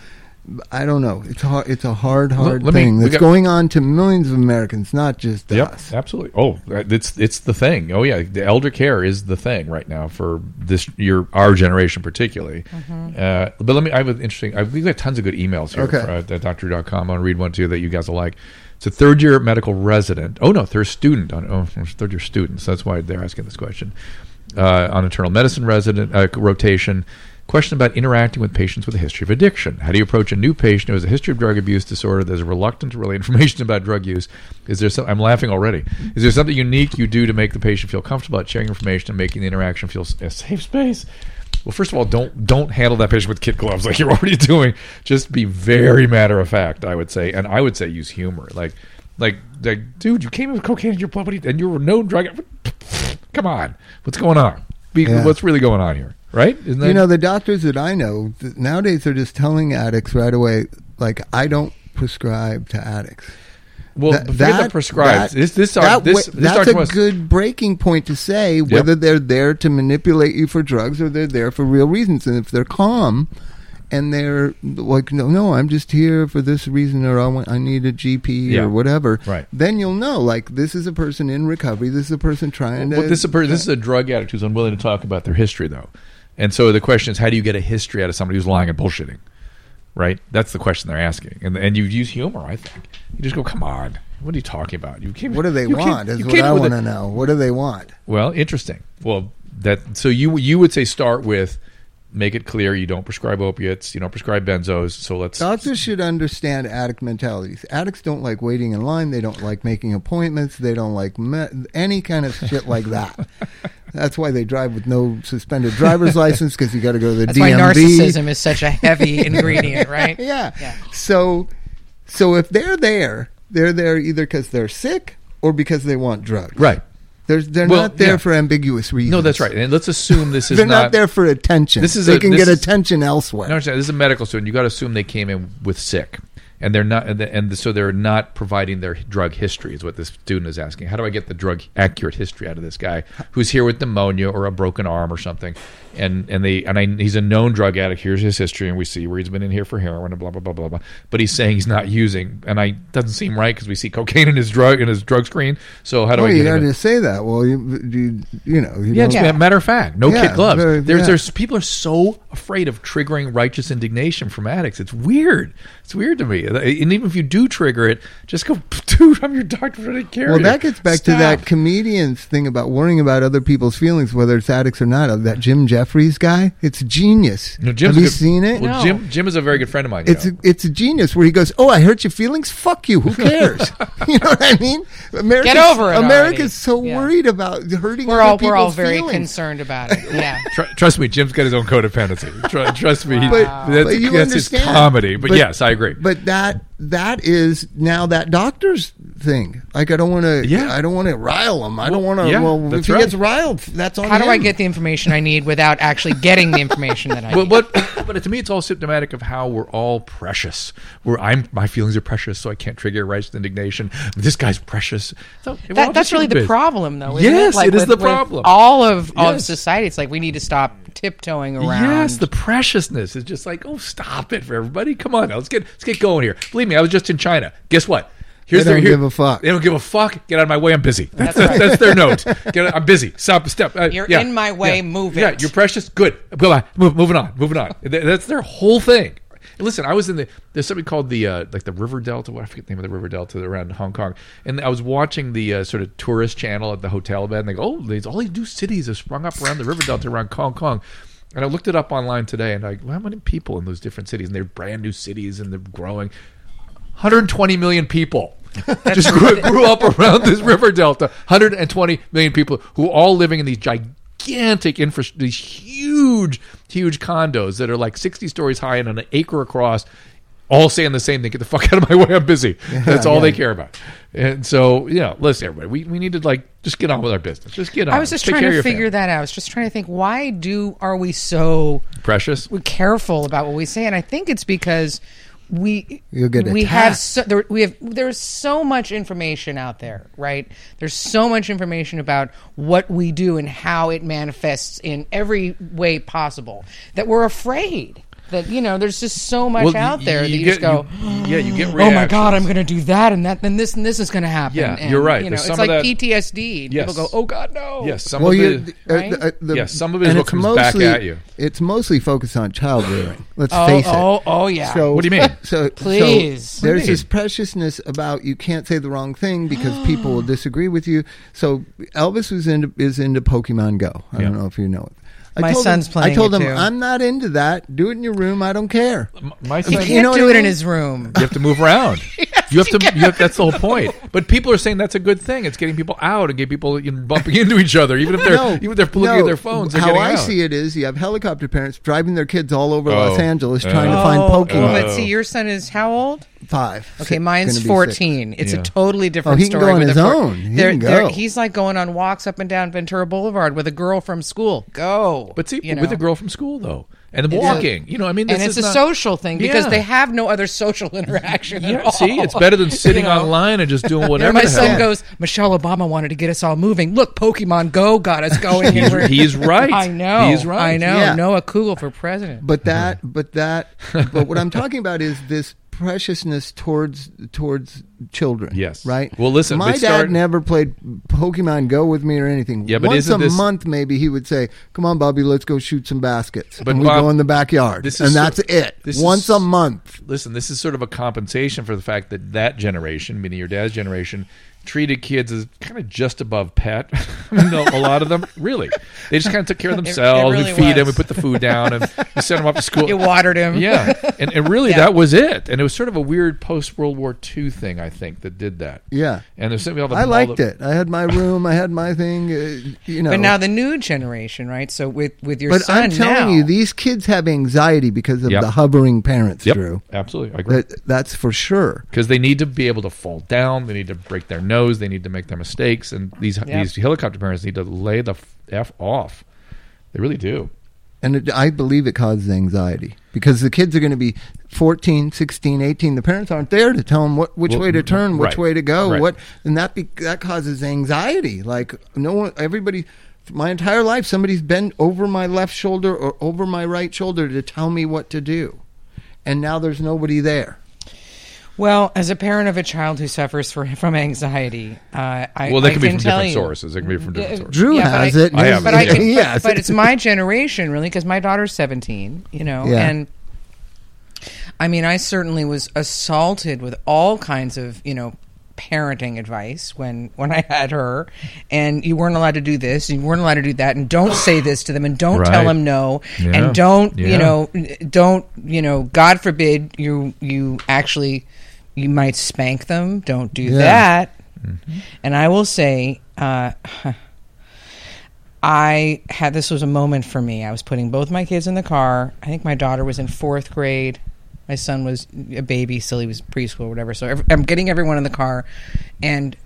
Speaker 2: I don't know. It's hard. It's a hard, hard
Speaker 1: let me-
Speaker 2: thing
Speaker 1: we
Speaker 2: that's
Speaker 1: got-
Speaker 2: going on to millions of Americans, not just
Speaker 1: Yep,
Speaker 2: us.
Speaker 1: absolutely. Oh, it's it's the thing. Oh yeah, the elder care is the thing right now for this your our generation particularly. Uh, but let me. I have an interesting. I, we've got tons of good emails here
Speaker 2: Okay.
Speaker 1: for, uh, at doctor.com. I'll read one too that you guys will like. It's a third year medical resident. Oh no, third student. On, oh, third year students. That's why they're asking this question. Uh, on internal medicine resident uh, rotation. Question about interacting with patients with a history of addiction. How do you approach a new patient who has a history of drug abuse disorder that is reluctant to relay information about drug use? Is there some, I'm laughing already. Is there something unique you do to make the patient feel comfortable about sharing information and making the interaction feel s- a safe space? Well, first of all, don't don't handle that patient with kid gloves like you're already doing. Just be very matter of fact, I would say, and I would say use humor. Like, like, like, dude, you came in with cocaine in your blood, buddy, and you were no drug. Come on, what's going on? Be,
Speaker 2: Yeah.
Speaker 1: What's really going on here, right? Isn't that
Speaker 2: You know, the doctors that I know th- nowadays are just telling addicts right away, like, I don't prescribe to addicts.
Speaker 1: well?
Speaker 2: Th-
Speaker 1: forget the prescribes.
Speaker 2: that-
Speaker 1: this this
Speaker 2: that
Speaker 1: doc- this,
Speaker 2: wa-
Speaker 1: this
Speaker 2: that's
Speaker 1: doctor
Speaker 2: a
Speaker 1: was-
Speaker 2: good breaking point to say whether they're there to manipulate you for drugs or they're there for real reasons. And if they're calm and they're like, no, no, I'm just here for this reason, or I want, I need a GP
Speaker 1: Yeah.
Speaker 2: or whatever.
Speaker 1: Right.
Speaker 2: Then you'll know, like, this is a person in recovery. This is a person trying
Speaker 1: Well,
Speaker 2: to.
Speaker 1: this, is a, per- this is a drug addict who's unwilling to talk about their history, though. And so the question is, how do you get a history out of somebody who's lying and bullshitting? Right? That's the question they're asking. And and you use humor, I think. You just go, come on. What are you talking about? You came,
Speaker 2: what do they
Speaker 1: you came-
Speaker 2: want? Is
Speaker 1: you
Speaker 2: what
Speaker 1: came
Speaker 2: I
Speaker 1: with a-
Speaker 2: want to know. What do they want?
Speaker 1: Well, interesting. Well, that so you you would say start with make it clear you don't prescribe opiates, you don't prescribe benzos. So let's
Speaker 2: Doctors should understand addict mentalities. Addicts don't like waiting in line. They don't like making appointments. They don't like me- any kind of shit like that. That's why they drive with no suspended driver's license because you got to go to the
Speaker 3: That's why
Speaker 2: DMV.
Speaker 3: narcissism is such a heavy ingredient, right?
Speaker 2: Yeah. So, so if they're there, they're there either because they're sick or because they want drugs.
Speaker 1: right.
Speaker 2: They're, they're
Speaker 1: Well,
Speaker 2: not there
Speaker 1: yeah.
Speaker 2: for ambiguous reasons.
Speaker 1: No, that's right. And let's assume this is
Speaker 2: They're not, there for attention.
Speaker 1: This is
Speaker 2: they
Speaker 1: a-
Speaker 2: can
Speaker 1: this
Speaker 2: get
Speaker 1: is-
Speaker 2: attention elsewhere.
Speaker 1: No, understand. This is a medical student. You got to assume they came in with sick, and they're not, and, the, and so they're not providing their drug history. Is what this student is asking. How do I get the drug accurate history out of this guy who's here with pneumonia or a broken arm or something? And and they and I, he's a known drug addict. Here's his history, and we see where he's been in here for heroin and blah blah blah blah blah. But he's saying he's not using, and I doesn't seem right because we see cocaine in his drug in his drug screen. So how do
Speaker 2: Well,
Speaker 1: I
Speaker 2: you
Speaker 1: get him
Speaker 2: got
Speaker 1: in?
Speaker 2: to say that. Well, you, you, you know, you
Speaker 1: Yeah,
Speaker 2: don't-
Speaker 1: just a matter of fact, no
Speaker 2: Yeah,
Speaker 1: kid gloves.
Speaker 2: very-
Speaker 1: there's,
Speaker 2: yeah.
Speaker 1: there's people are so afraid of triggering righteous indignation from addicts. It's weird. It's weird to me. And even if you do trigger it, just go, dude, I'm your doctor. I don't care.
Speaker 2: Well, that gets back to that
Speaker 1: Stop."
Speaker 2: comedian's thing about worrying about other people's feelings, whether it's addicts or not. Uh, That Jim Jeffries guy, it's genius.
Speaker 1: No, Jim's
Speaker 2: Have
Speaker 1: a
Speaker 2: you
Speaker 1: good-
Speaker 2: seen it?
Speaker 1: Well, Jim, Jim is a very good friend of mine.
Speaker 2: It's
Speaker 1: you
Speaker 2: a, it's a genius where he goes, "Oh, I hurt your feelings. Fuck you. Who cares? you know what I mean? America's,
Speaker 3: over it
Speaker 2: America's
Speaker 3: already.
Speaker 2: so
Speaker 3: Yeah.
Speaker 2: worried about hurting.
Speaker 3: We're
Speaker 2: other
Speaker 3: all we're all
Speaker 2: people's
Speaker 3: very
Speaker 2: feelings.
Speaker 3: concerned about it. Yeah.
Speaker 1: Tr- trust me, Jim's got his own codependency. Tr- trust me, he-
Speaker 2: But,
Speaker 1: that's,
Speaker 2: but you
Speaker 1: that's his
Speaker 2: understand
Speaker 1: comedy. But, yes, I agree.
Speaker 2: But that that is now that doctor's thing. Like I don't want to.
Speaker 1: Yeah.
Speaker 2: I don't want to rile him. I don't
Speaker 1: Well,
Speaker 2: want to.
Speaker 1: yeah,
Speaker 2: well, if
Speaker 1: that's
Speaker 2: he
Speaker 1: right.
Speaker 2: gets riled, that's on
Speaker 3: How do I
Speaker 2: him.
Speaker 3: get the information I need without actually getting the information that I
Speaker 1: but
Speaker 3: need?
Speaker 1: but but to me, it's all symptomatic of how we're all precious. Where I'm, my feelings are precious, so I can't trigger righteous indignation. This guy's precious. So, we're all
Speaker 3: That, that's
Speaker 1: just
Speaker 3: really
Speaker 1: human
Speaker 3: the
Speaker 1: beings.
Speaker 3: problem, though. isn't
Speaker 1: Yes,
Speaker 3: it Like,
Speaker 1: it is
Speaker 3: with-
Speaker 1: the
Speaker 3: with
Speaker 1: problem.
Speaker 3: All of all of
Speaker 1: Yes.
Speaker 3: society, it's like we need to stop tiptoeing around.
Speaker 1: Yes, the preciousness is just like, oh, stop it for everybody. Come on, now. let's get let's get going here. Believe me, I was just in China. Guess what? Here's
Speaker 2: They don't give a fuck.
Speaker 1: They don't give a fuck. Get out of my way. I'm busy. That's that's, that's their note. Get out, I'm busy. Stop. Step. Uh,
Speaker 3: You're in my way, move
Speaker 1: Yeah,
Speaker 3: it.
Speaker 1: you're precious. Good. Goodbye. Move, moving on. Moving on. Th- That's their whole thing. Listen, I was in the there's something called the uh, like the River Delta. What I forget the name of the River Delta around Hong Kong. And I was watching the uh, sort of tourist channel at the hotel bed, and they go, "Oh, there's all these new cities have sprung up around the River Delta around Hong Kong." And I looked it up online today, and like, well, how many people in those different cities? And they're brand new cities, and they're growing. 120 million people just grew, grew up around this river delta. 120 million people who are all living in these gigantic infra, these huge, huge condos that are like 60 stories high and an acre across. All saying the same thing. Get the fuck out of my way. I'm busy. That's all they care about. And so, you know, listen, everybody. We, we need to like just get on with our business. Just get on.
Speaker 3: I was just
Speaker 1: Take
Speaker 3: trying
Speaker 1: care of
Speaker 3: to
Speaker 1: your
Speaker 3: figure
Speaker 1: family.
Speaker 3: that out. I was just trying to think why do are we so
Speaker 1: Precious.
Speaker 3: we're careful about what we say, and I think it's because we
Speaker 2: You'll get
Speaker 3: we have
Speaker 2: attacked.
Speaker 3: so there, we have there's so much information out there, right? There's so much information about what we do and how it manifests in every way possible that we're afraid that you know there's just so much
Speaker 1: Well,
Speaker 3: out
Speaker 1: y-
Speaker 3: there
Speaker 1: y-
Speaker 3: that you,
Speaker 1: get-
Speaker 3: just go.
Speaker 1: you- yeah, you get.
Speaker 3: Oh my God!
Speaker 1: reactions.
Speaker 3: I'm going to do that and that, and this and this is going to happen.
Speaker 1: Yeah,
Speaker 3: and,
Speaker 1: you're right.
Speaker 3: You know,
Speaker 1: There's
Speaker 3: it's
Speaker 1: some of
Speaker 3: like
Speaker 1: that-
Speaker 3: PTSD. and People
Speaker 1: Yes.
Speaker 3: go, "Oh God, no!"
Speaker 1: Yes, some
Speaker 2: well,
Speaker 1: of
Speaker 2: you,
Speaker 1: the,
Speaker 2: uh,
Speaker 3: right?
Speaker 2: the, uh, the-
Speaker 1: Yeah, some of it is
Speaker 2: and
Speaker 1: what
Speaker 2: it's
Speaker 1: comes back at you.
Speaker 2: It's mostly focused on child rearing. Let's
Speaker 3: Oh,
Speaker 2: face it.
Speaker 3: oh, oh, yeah.
Speaker 2: So,
Speaker 1: What do you mean?
Speaker 2: So, so
Speaker 3: Please. What do you
Speaker 2: there's this
Speaker 1: mean?
Speaker 2: preciousness about you can't say the wrong thing because people will disagree with you. So Elvis was into is into Pokemon Go. I don't
Speaker 1: Yeah.
Speaker 2: know if you know it. I
Speaker 3: My
Speaker 2: told
Speaker 3: son's
Speaker 2: him,
Speaker 3: playing
Speaker 2: I told him
Speaker 3: it, too.
Speaker 2: I'm not into that. Do it in your room. I don't care.
Speaker 1: my
Speaker 3: He
Speaker 1: son-
Speaker 3: can't
Speaker 2: know what
Speaker 3: do
Speaker 2: I
Speaker 3: it in
Speaker 2: mean?
Speaker 3: his room.
Speaker 1: You have to move around. you have to. You have, that's the whole point. But people are saying that's a good thing. It's getting people out and getting people you know, bumping into each other, even if they're
Speaker 2: no,
Speaker 1: even if they're looking
Speaker 2: no.
Speaker 1: at their phones. They're
Speaker 2: How
Speaker 1: getting
Speaker 2: I
Speaker 1: out.
Speaker 2: see it is, you have helicopter parents driving their kids all over
Speaker 1: Oh.
Speaker 2: Los Angeles
Speaker 1: Oh.
Speaker 2: trying to find Pokemon.
Speaker 3: But see, your son is how old?
Speaker 2: Five.
Speaker 3: Okay,
Speaker 2: Six-
Speaker 3: mine's
Speaker 2: gonna be six.
Speaker 3: 14. It's
Speaker 1: Yeah.
Speaker 3: a totally different
Speaker 2: Oh, he can
Speaker 3: story.
Speaker 2: go on
Speaker 3: with
Speaker 2: his
Speaker 3: the four-
Speaker 2: own. He
Speaker 3: they're-
Speaker 2: can
Speaker 3: they're-
Speaker 2: go.
Speaker 3: he's like going on walks up and down Ventura Boulevard with a girl from school. Go.
Speaker 1: But see,
Speaker 3: you
Speaker 1: with
Speaker 3: know.
Speaker 1: a girl from school though, and walking. You know, I mean, this
Speaker 3: And it's
Speaker 1: is
Speaker 3: a
Speaker 1: not-
Speaker 3: social thing because
Speaker 1: Yeah.
Speaker 3: they have no other social interaction at
Speaker 1: Yeah,
Speaker 3: all.
Speaker 1: see, it's better than sitting
Speaker 3: You know?
Speaker 1: online and just doing
Speaker 3: You know,
Speaker 1: whatever.
Speaker 3: my
Speaker 1: the
Speaker 3: son
Speaker 1: hell.
Speaker 3: goes, Michelle Obama wanted to get us all moving. Look, Pokemon Go got us going.
Speaker 1: He's- he's right.
Speaker 3: I know.
Speaker 1: He's right.
Speaker 3: I know.
Speaker 2: Yeah.
Speaker 3: Noah Kugel for president.
Speaker 2: but
Speaker 1: Uh-huh.
Speaker 2: that but that but what i'm talking about is this preciousness towards towards children
Speaker 1: Yes.
Speaker 2: right
Speaker 1: Well, listen,
Speaker 2: my
Speaker 1: we
Speaker 2: dad
Speaker 1: start-
Speaker 2: never played pokemon go with me or anything
Speaker 1: Yeah, but
Speaker 2: once
Speaker 1: isn't
Speaker 2: a
Speaker 1: this-
Speaker 2: month maybe he would say come on bobby let's go shoot some baskets
Speaker 1: But
Speaker 2: and we
Speaker 1: Bob,
Speaker 2: go in the backyard
Speaker 1: this is
Speaker 2: and
Speaker 1: so-
Speaker 2: that's it
Speaker 1: this is-
Speaker 2: once a month
Speaker 1: listen, this is sort of a compensation for the fact that that generation, meaning your dad's generation, treated kids as kind of just above pet. I mean, a a lot of them, really. They just kind of took care of themselves. we
Speaker 3: really
Speaker 1: feed them, we
Speaker 3: was.
Speaker 1: put the food down, and we sent them off to school.
Speaker 3: You watered him.
Speaker 1: Yeah. And, and really, that was it. And it was sort of a weird post World War II thing, I think, that did that.
Speaker 2: Yeah.
Speaker 1: And there's simply all the
Speaker 2: i
Speaker 1: all
Speaker 2: liked
Speaker 1: the-
Speaker 2: it i had my room i had my thing uh, you know
Speaker 3: But now the new generation, right? So with with your
Speaker 2: but
Speaker 3: son
Speaker 2: i'm telling
Speaker 3: now,
Speaker 2: you these kids have anxiety because of
Speaker 1: Yep.
Speaker 2: the hovering parents
Speaker 1: Yep.
Speaker 2: drew
Speaker 1: Absolutely. I agree.
Speaker 2: that, that's for sure
Speaker 1: because they need to be able to fall down. They need to break their nose. They need to make their mistakes. And these these helicopter parents need to lay the f, f off. They really do.
Speaker 2: and it, i believe it causes anxiety because the kids are going to be 14 16 18 the parents aren't there to tell them what, which
Speaker 1: Well,
Speaker 2: way to turn
Speaker 1: right,
Speaker 2: which way to go
Speaker 1: right.
Speaker 2: what and that be, that causes anxiety like no one everybody my entire life somebody's been over my left shoulder or over my right shoulder to tell me what to do and now there's nobody there
Speaker 3: well, as a parent of a child who suffers for, from anxiety, uh, I
Speaker 1: Well, they
Speaker 3: I
Speaker 1: can be from
Speaker 3: tell
Speaker 1: different
Speaker 3: you-
Speaker 1: sources. It can be from different sources.
Speaker 2: Drew
Speaker 3: but
Speaker 2: has
Speaker 3: I,
Speaker 2: it.
Speaker 1: I have
Speaker 3: but
Speaker 1: it,
Speaker 3: I
Speaker 1: yeah.
Speaker 3: can,
Speaker 2: Yes.
Speaker 3: but it's my generation really because my daughter's seventeen. You know,
Speaker 2: Yeah.
Speaker 3: and I mean, I certainly was assaulted with all kinds of you know parenting advice when when I had her, and you weren't allowed to do this, and you weren't allowed to do that, and don't say this to them, and don't tell
Speaker 1: Right.
Speaker 3: them no,
Speaker 1: Yeah.
Speaker 3: and don't
Speaker 1: Yeah.
Speaker 3: you know don't you know god forbid you you actually you might spank them don't do that
Speaker 1: Mm-hmm.
Speaker 3: and i will say uh i had this was a moment for me i was putting both my kids in the car i think my daughter was in fourth grade my son was a baby still he was preschool whatever so ev- i'm getting everyone in the car and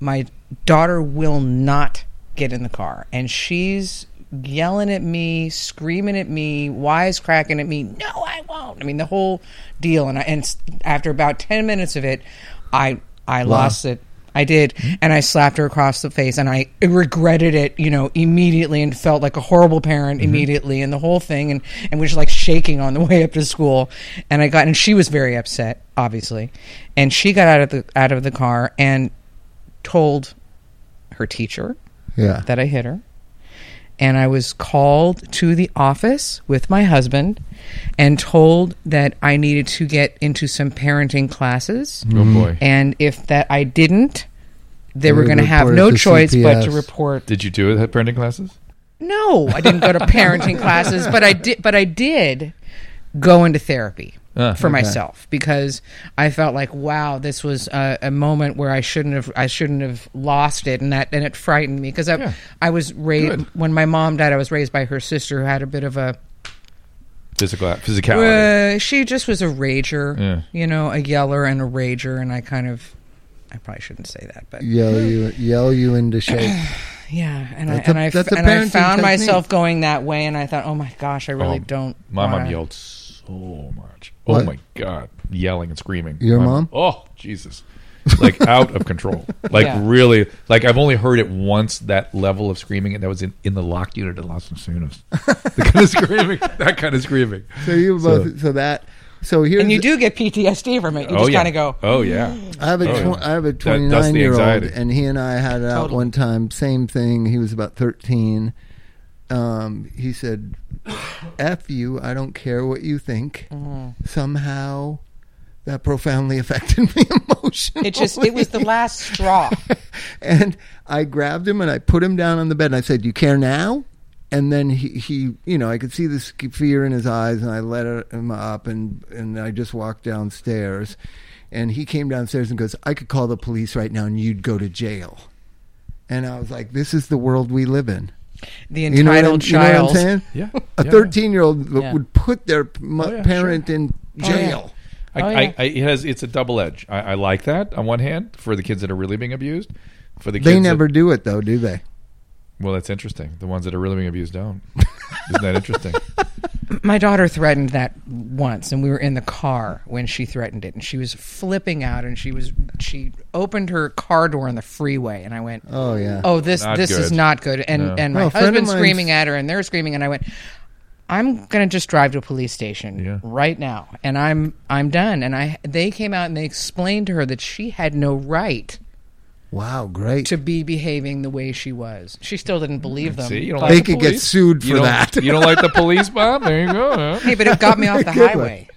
Speaker 3: my daughter will not get in the car and she's yelling at me screaming at me wisecracking at me no i won't i mean the whole deal and I, and s- after about 10 minutes of it i i lost it i did and i slapped her across the face and i regretted it you know immediately and felt like a horrible parent immediately and the whole thing and and was like shaking on the way up to school and i got and she was very upset obviously and she got out of the out of the car and told her teacher
Speaker 2: yeah
Speaker 3: that I hit her. and I was called to the office with my husband and told that I needed to get into some parenting classes.
Speaker 1: Oh boy.
Speaker 3: And if that I didn't, they
Speaker 2: You
Speaker 3: were
Speaker 2: would
Speaker 3: going to have
Speaker 2: report it
Speaker 3: no
Speaker 2: to
Speaker 3: choice but to
Speaker 2: CPS.
Speaker 3: report
Speaker 1: Did you do it at parenting classes?
Speaker 3: no, I didn't go to parenting classes, but I did. But I did go into therapy
Speaker 1: Ah,
Speaker 3: for myself because I felt like, wow, this was a, a moment where I shouldn't have. I shouldn't have lost it, and that and it frightened me because I
Speaker 1: Yeah.
Speaker 3: I was raised
Speaker 1: Good.
Speaker 3: when my mom died. I was raised by her sister who had a bit of a
Speaker 1: Physical physicality.
Speaker 3: uh, she just was a rager,
Speaker 1: Yeah.
Speaker 3: you know, a yeller and a rager, and I kind of. I probably shouldn't say that, but
Speaker 2: Yell you, yell you into shape.
Speaker 3: yeah, and
Speaker 2: That's a-
Speaker 3: I and I
Speaker 2: that's a
Speaker 3: and I
Speaker 2: parenting
Speaker 3: found
Speaker 2: technique.
Speaker 3: myself going that way, and I thought, oh my gosh, I really
Speaker 1: Oh,
Speaker 3: don't.
Speaker 1: My mom
Speaker 3: wanna-
Speaker 1: yelled so much. Oh
Speaker 2: What?
Speaker 1: my god, yelling and screaming.
Speaker 2: Your
Speaker 1: My-
Speaker 2: mom?
Speaker 1: Oh Jesus, like out of control. Like
Speaker 3: Yeah.
Speaker 1: really. Like I've only heard it once. That level of screaming, and that was in, in the locked unit at Los Angeles. the kind of screaming. That kind of screaming.
Speaker 2: So you both. So, that. So here's.
Speaker 3: and you do get PTSD from it. You
Speaker 1: oh
Speaker 3: just
Speaker 1: yeah.
Speaker 3: kind of go, Mm.
Speaker 1: Oh yeah.
Speaker 2: I have a
Speaker 1: Oh,
Speaker 2: tw-
Speaker 1: yeah.
Speaker 2: I have a
Speaker 1: That- that's the
Speaker 2: 29 year old,
Speaker 1: anxiety.
Speaker 2: and he and I had it out
Speaker 3: Totally.
Speaker 2: one time. Same thing. He was about 13. Um, he said, "F you. I don't care what you think."
Speaker 3: Mm-hmm.
Speaker 2: Somehow, that profoundly affected me emotionally.
Speaker 3: it just it was the last straw.
Speaker 2: and I grabbed him and I put him down on the bed and I said, "You care now?" And then he, he you know, I could see this fear in his eyes, and I let him up, and and I just walked downstairs, and he came downstairs and goes, "I could call the police right now, and you'd go to jail." And I was like, "This is the world we live in.
Speaker 3: The
Speaker 2: You know what I'm,
Speaker 3: entitled
Speaker 2: you know what I'm
Speaker 3: child.
Speaker 2: saying?
Speaker 1: Yeah.
Speaker 2: A
Speaker 1: Yeah. Oh,
Speaker 2: 13 year old
Speaker 3: Yeah.
Speaker 2: would put their m-
Speaker 1: yeah,
Speaker 2: parent in
Speaker 3: yeah.
Speaker 2: jail.
Speaker 1: I,
Speaker 3: Oh, yeah.
Speaker 1: I, I, it has. It's a double edge. I, I like that on one hand for the kids that are really being abused. For the kids
Speaker 2: They
Speaker 1: that-
Speaker 2: never do it though, do they?
Speaker 1: well, that's interesting. The ones that are really being abused don't. Isn't that interesting?
Speaker 3: My daughter threatened that once, and we were in the car when she threatened it, and she was flipping out, and she was she opened her car door on the freeway, and I went,
Speaker 2: Oh, yeah.
Speaker 3: oh this
Speaker 1: Not
Speaker 3: this is
Speaker 1: good.
Speaker 3: not good," and
Speaker 1: No.
Speaker 3: and
Speaker 2: Well,
Speaker 3: my
Speaker 2: a friend of
Speaker 3: husband
Speaker 2: mine's-
Speaker 3: screaming at her, and they're screaming, and I went. I'm gonna just drive to a police station
Speaker 1: Yeah.
Speaker 3: right now, and I'm I'm done. And I they came out and they explained to her that she had no right
Speaker 2: Wow, great.
Speaker 3: to be behaving the way she was. She still didn't believe them.
Speaker 1: Mm, See, you don't
Speaker 3: but-
Speaker 1: like the
Speaker 2: They could get
Speaker 1: police?
Speaker 2: sued
Speaker 1: You
Speaker 2: for
Speaker 1: don't-
Speaker 2: that.
Speaker 1: You don't like the police, Bob? There you go. huh?
Speaker 3: hey, but it got me off the
Speaker 2: Good one.
Speaker 3: highway.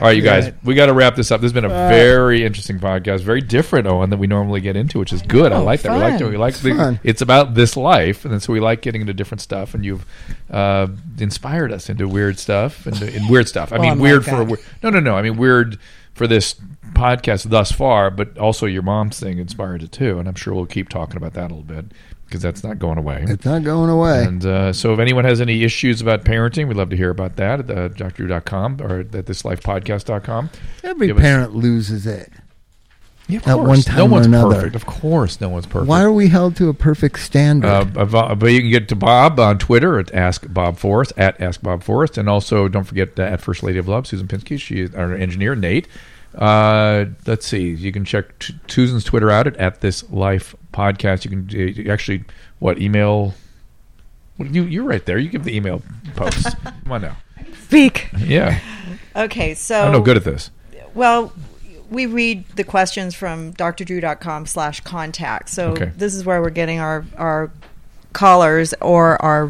Speaker 1: All right, you guys, we got to wrap this up. This has been a very interesting podcast, very different, Owen, than we normally get into, which is good. I,
Speaker 3: know,
Speaker 1: like that. We like
Speaker 3: fun.
Speaker 1: that. We like the,
Speaker 2: Oh, fun.
Speaker 1: It's about this life, and so we like getting into different stuff. And you've uh, inspired us into weird stuff and and weird stuff. I
Speaker 3: Oh
Speaker 1: mean,
Speaker 3: my
Speaker 1: weird for
Speaker 3: God.
Speaker 1: weird. No, no, no. I mean, weird for this podcast thus far, but also your mom's thing inspired it too. And I'm sure we'll keep talking about that a little bit because that's not going away.
Speaker 2: it's not going away.
Speaker 1: And uh, so, if anyone has any issues about parenting, we'd love to hear about that at uh, drdrew.com or at thislifepodcast.com.
Speaker 2: Every
Speaker 1: Give us-
Speaker 2: parent loses it.
Speaker 1: Yeah, of
Speaker 2: at
Speaker 1: course.
Speaker 2: one time
Speaker 1: no
Speaker 2: or
Speaker 1: one's
Speaker 2: another.
Speaker 1: perfect. Of course, no one's perfect.
Speaker 2: Why are we held to a perfect standard?
Speaker 1: uh, Bob- but you can get to Bob on Twitter at Ask Bob Forrest at Ask Bob Forrest, and also don't forget uh, at First Lady of Love Susan Pinsky. She is our engineer Nate. Uh, let's see. You can check t- Susan's Twitter out at, at This Life Podcast. You can uh, you actually what email? Well, you you're right there. You give the email posts. Come on now.
Speaker 4: Speak.
Speaker 1: Yeah,
Speaker 4: Okay,
Speaker 3: Oh.
Speaker 4: so
Speaker 1: I'm no good at this.
Speaker 4: Well, we read the questions from drdrew.com slash contact. So
Speaker 1: Okay.
Speaker 4: this is where we're getting our, our callers or our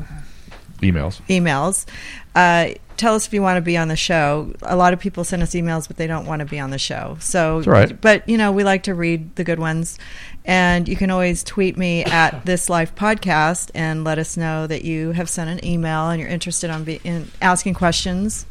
Speaker 1: Emails.
Speaker 4: emails. Uh, tell us if you want to be on the show. A lot of people send us emails, but they don't want to be on the show. So,
Speaker 1: all right.
Speaker 4: but you know, we like to read the good ones. And you can always tweet me at this life podcast and let us know that you have sent an email and you're interested on be- in asking questions.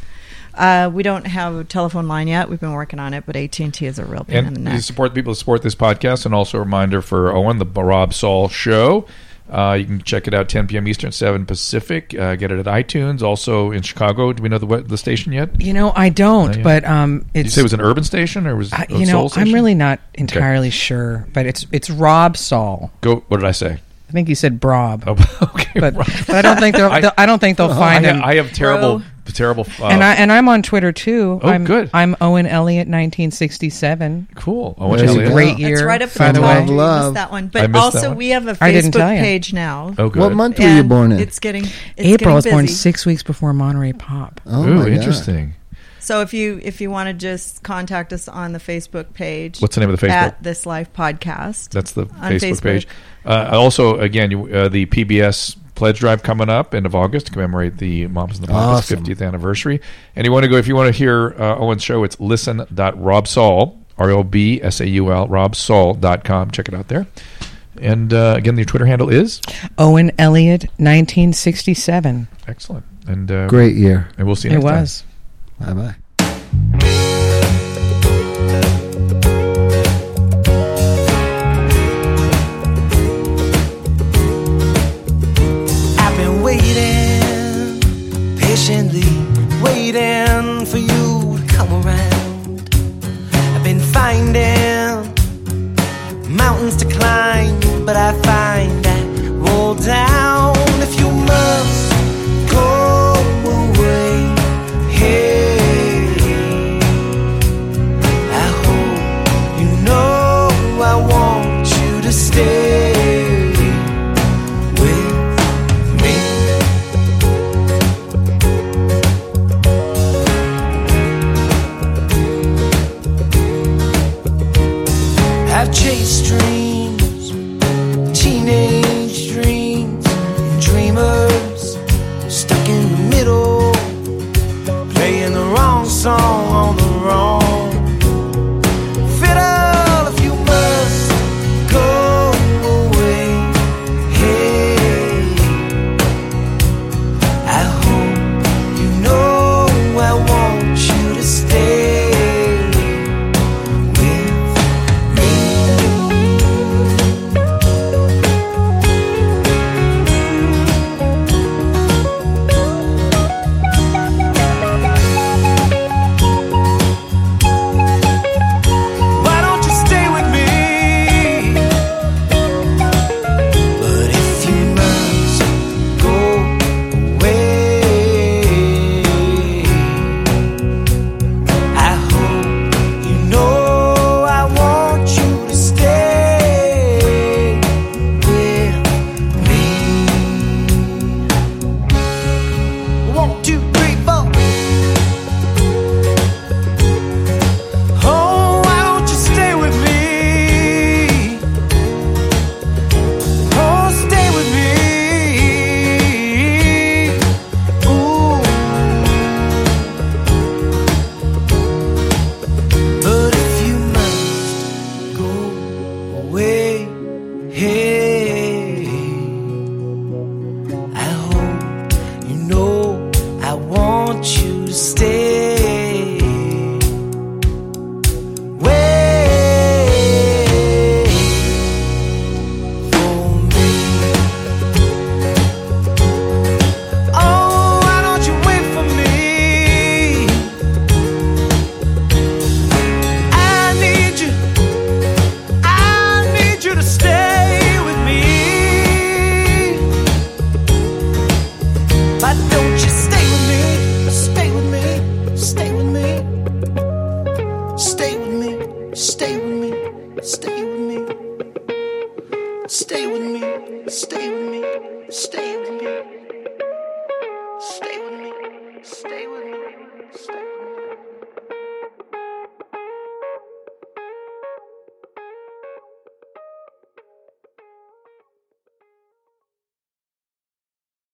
Speaker 4: Uh, we don't have a telephone line yet. We've been working on it, but AT and T is a real pain in the
Speaker 1: and
Speaker 4: neck.
Speaker 1: to support people that support this podcast and also a reminder for owen the rob saul show uh, you can check it out 10 p.m eastern 7 pacific uh, get it at itunes also in chicago do we know the, we- the station yet Did
Speaker 3: You know, I don't,
Speaker 1: Oh, yeah.
Speaker 3: but um,
Speaker 1: you
Speaker 3: it's
Speaker 1: say it was an urban station or was it
Speaker 3: I-
Speaker 1: a
Speaker 3: you know,
Speaker 1: soul
Speaker 3: I'm
Speaker 1: station?
Speaker 3: really not entirely sure, but it's it's Rob Saul.
Speaker 1: go what did i say
Speaker 3: I think he said Brob,
Speaker 1: oh, okay
Speaker 3: but,
Speaker 1: Rob.
Speaker 3: but I don't think they'll,
Speaker 1: I- Oh,
Speaker 3: they'll I don't think they'll
Speaker 1: I,
Speaker 3: find
Speaker 1: have,
Speaker 3: him.
Speaker 1: I have terrible
Speaker 4: Bro.
Speaker 1: terrible uh,
Speaker 3: and I and I'm on Twitter too.
Speaker 1: Oh,
Speaker 3: I'm,
Speaker 1: good.
Speaker 3: I'm Owen Elliott, 1967.
Speaker 1: cool owen
Speaker 2: Which is
Speaker 1: Elliott.
Speaker 3: Great year.
Speaker 4: That's right up at
Speaker 3: by
Speaker 2: in
Speaker 3: the
Speaker 4: the
Speaker 2: top.
Speaker 3: way.
Speaker 4: top. You
Speaker 2: Love.
Speaker 4: missed that one,
Speaker 1: I
Speaker 4: but
Speaker 1: missed that
Speaker 4: also
Speaker 1: one.
Speaker 4: we have a
Speaker 3: I didn't tell
Speaker 4: Facebook
Speaker 3: you.
Speaker 4: page now.
Speaker 1: oh good
Speaker 2: what month were you
Speaker 4: And
Speaker 2: born in?
Speaker 4: It's getting it's
Speaker 3: April
Speaker 4: getting
Speaker 3: I was born
Speaker 4: busy.
Speaker 3: six weeks before Monterey Pop.
Speaker 2: oh,
Speaker 1: Ooh,
Speaker 2: my God.
Speaker 1: interesting
Speaker 4: So if you if you want to just contact us on the Facebook page,
Speaker 1: What's the name of the Facebook?
Speaker 4: At This Life Podcast.
Speaker 1: That's the
Speaker 4: On
Speaker 1: Facebook,
Speaker 4: Facebook.
Speaker 1: page. Uh, also, again, you, uh, the PBS pledge drive coming up end of August to commemorate the Moms and the Papas
Speaker 2: Awesome.
Speaker 1: 50th anniversary. And you want to go if you want to hear uh, Owen's show, it's listen.robsaul r o b s a u l robsaul.com. Check it out there. And uh, again, the Twitter handle is
Speaker 3: Owen Elliott, 1967.
Speaker 1: excellent. And uh,
Speaker 2: Great year.
Speaker 1: And we'll see you
Speaker 3: It
Speaker 1: next time.
Speaker 3: was.
Speaker 2: Bye bye.
Speaker 6: I've been waiting, patiently waiting for you to come around. I've been finding mountains to climb, but I find I roll down. If you must go away, hey, I hope you know I want you to stay with me. I've chased dreams, teenage dreams, and dreamers stuck in the middle, playing the wrong song on the wrong fiddle. If you must go away, hey. I hope you know I want you to stay with me. Why don't you stay with me? But if you must go away, I hope you know I want you to stay with me. One, two, three, four. Oh, why don't you stay with me? Oh, stay with me. Ooh. But if you must go away, hey, I hope you know I want you to stay. Way for me. Oh, why don't you wait for me? I need you. I need you to stay with me. Why don't you stay with me? Stay with me. Stay with me. Stay with me. Stay with me. Stay with me. Stay with me. Stay with me. Stay with me.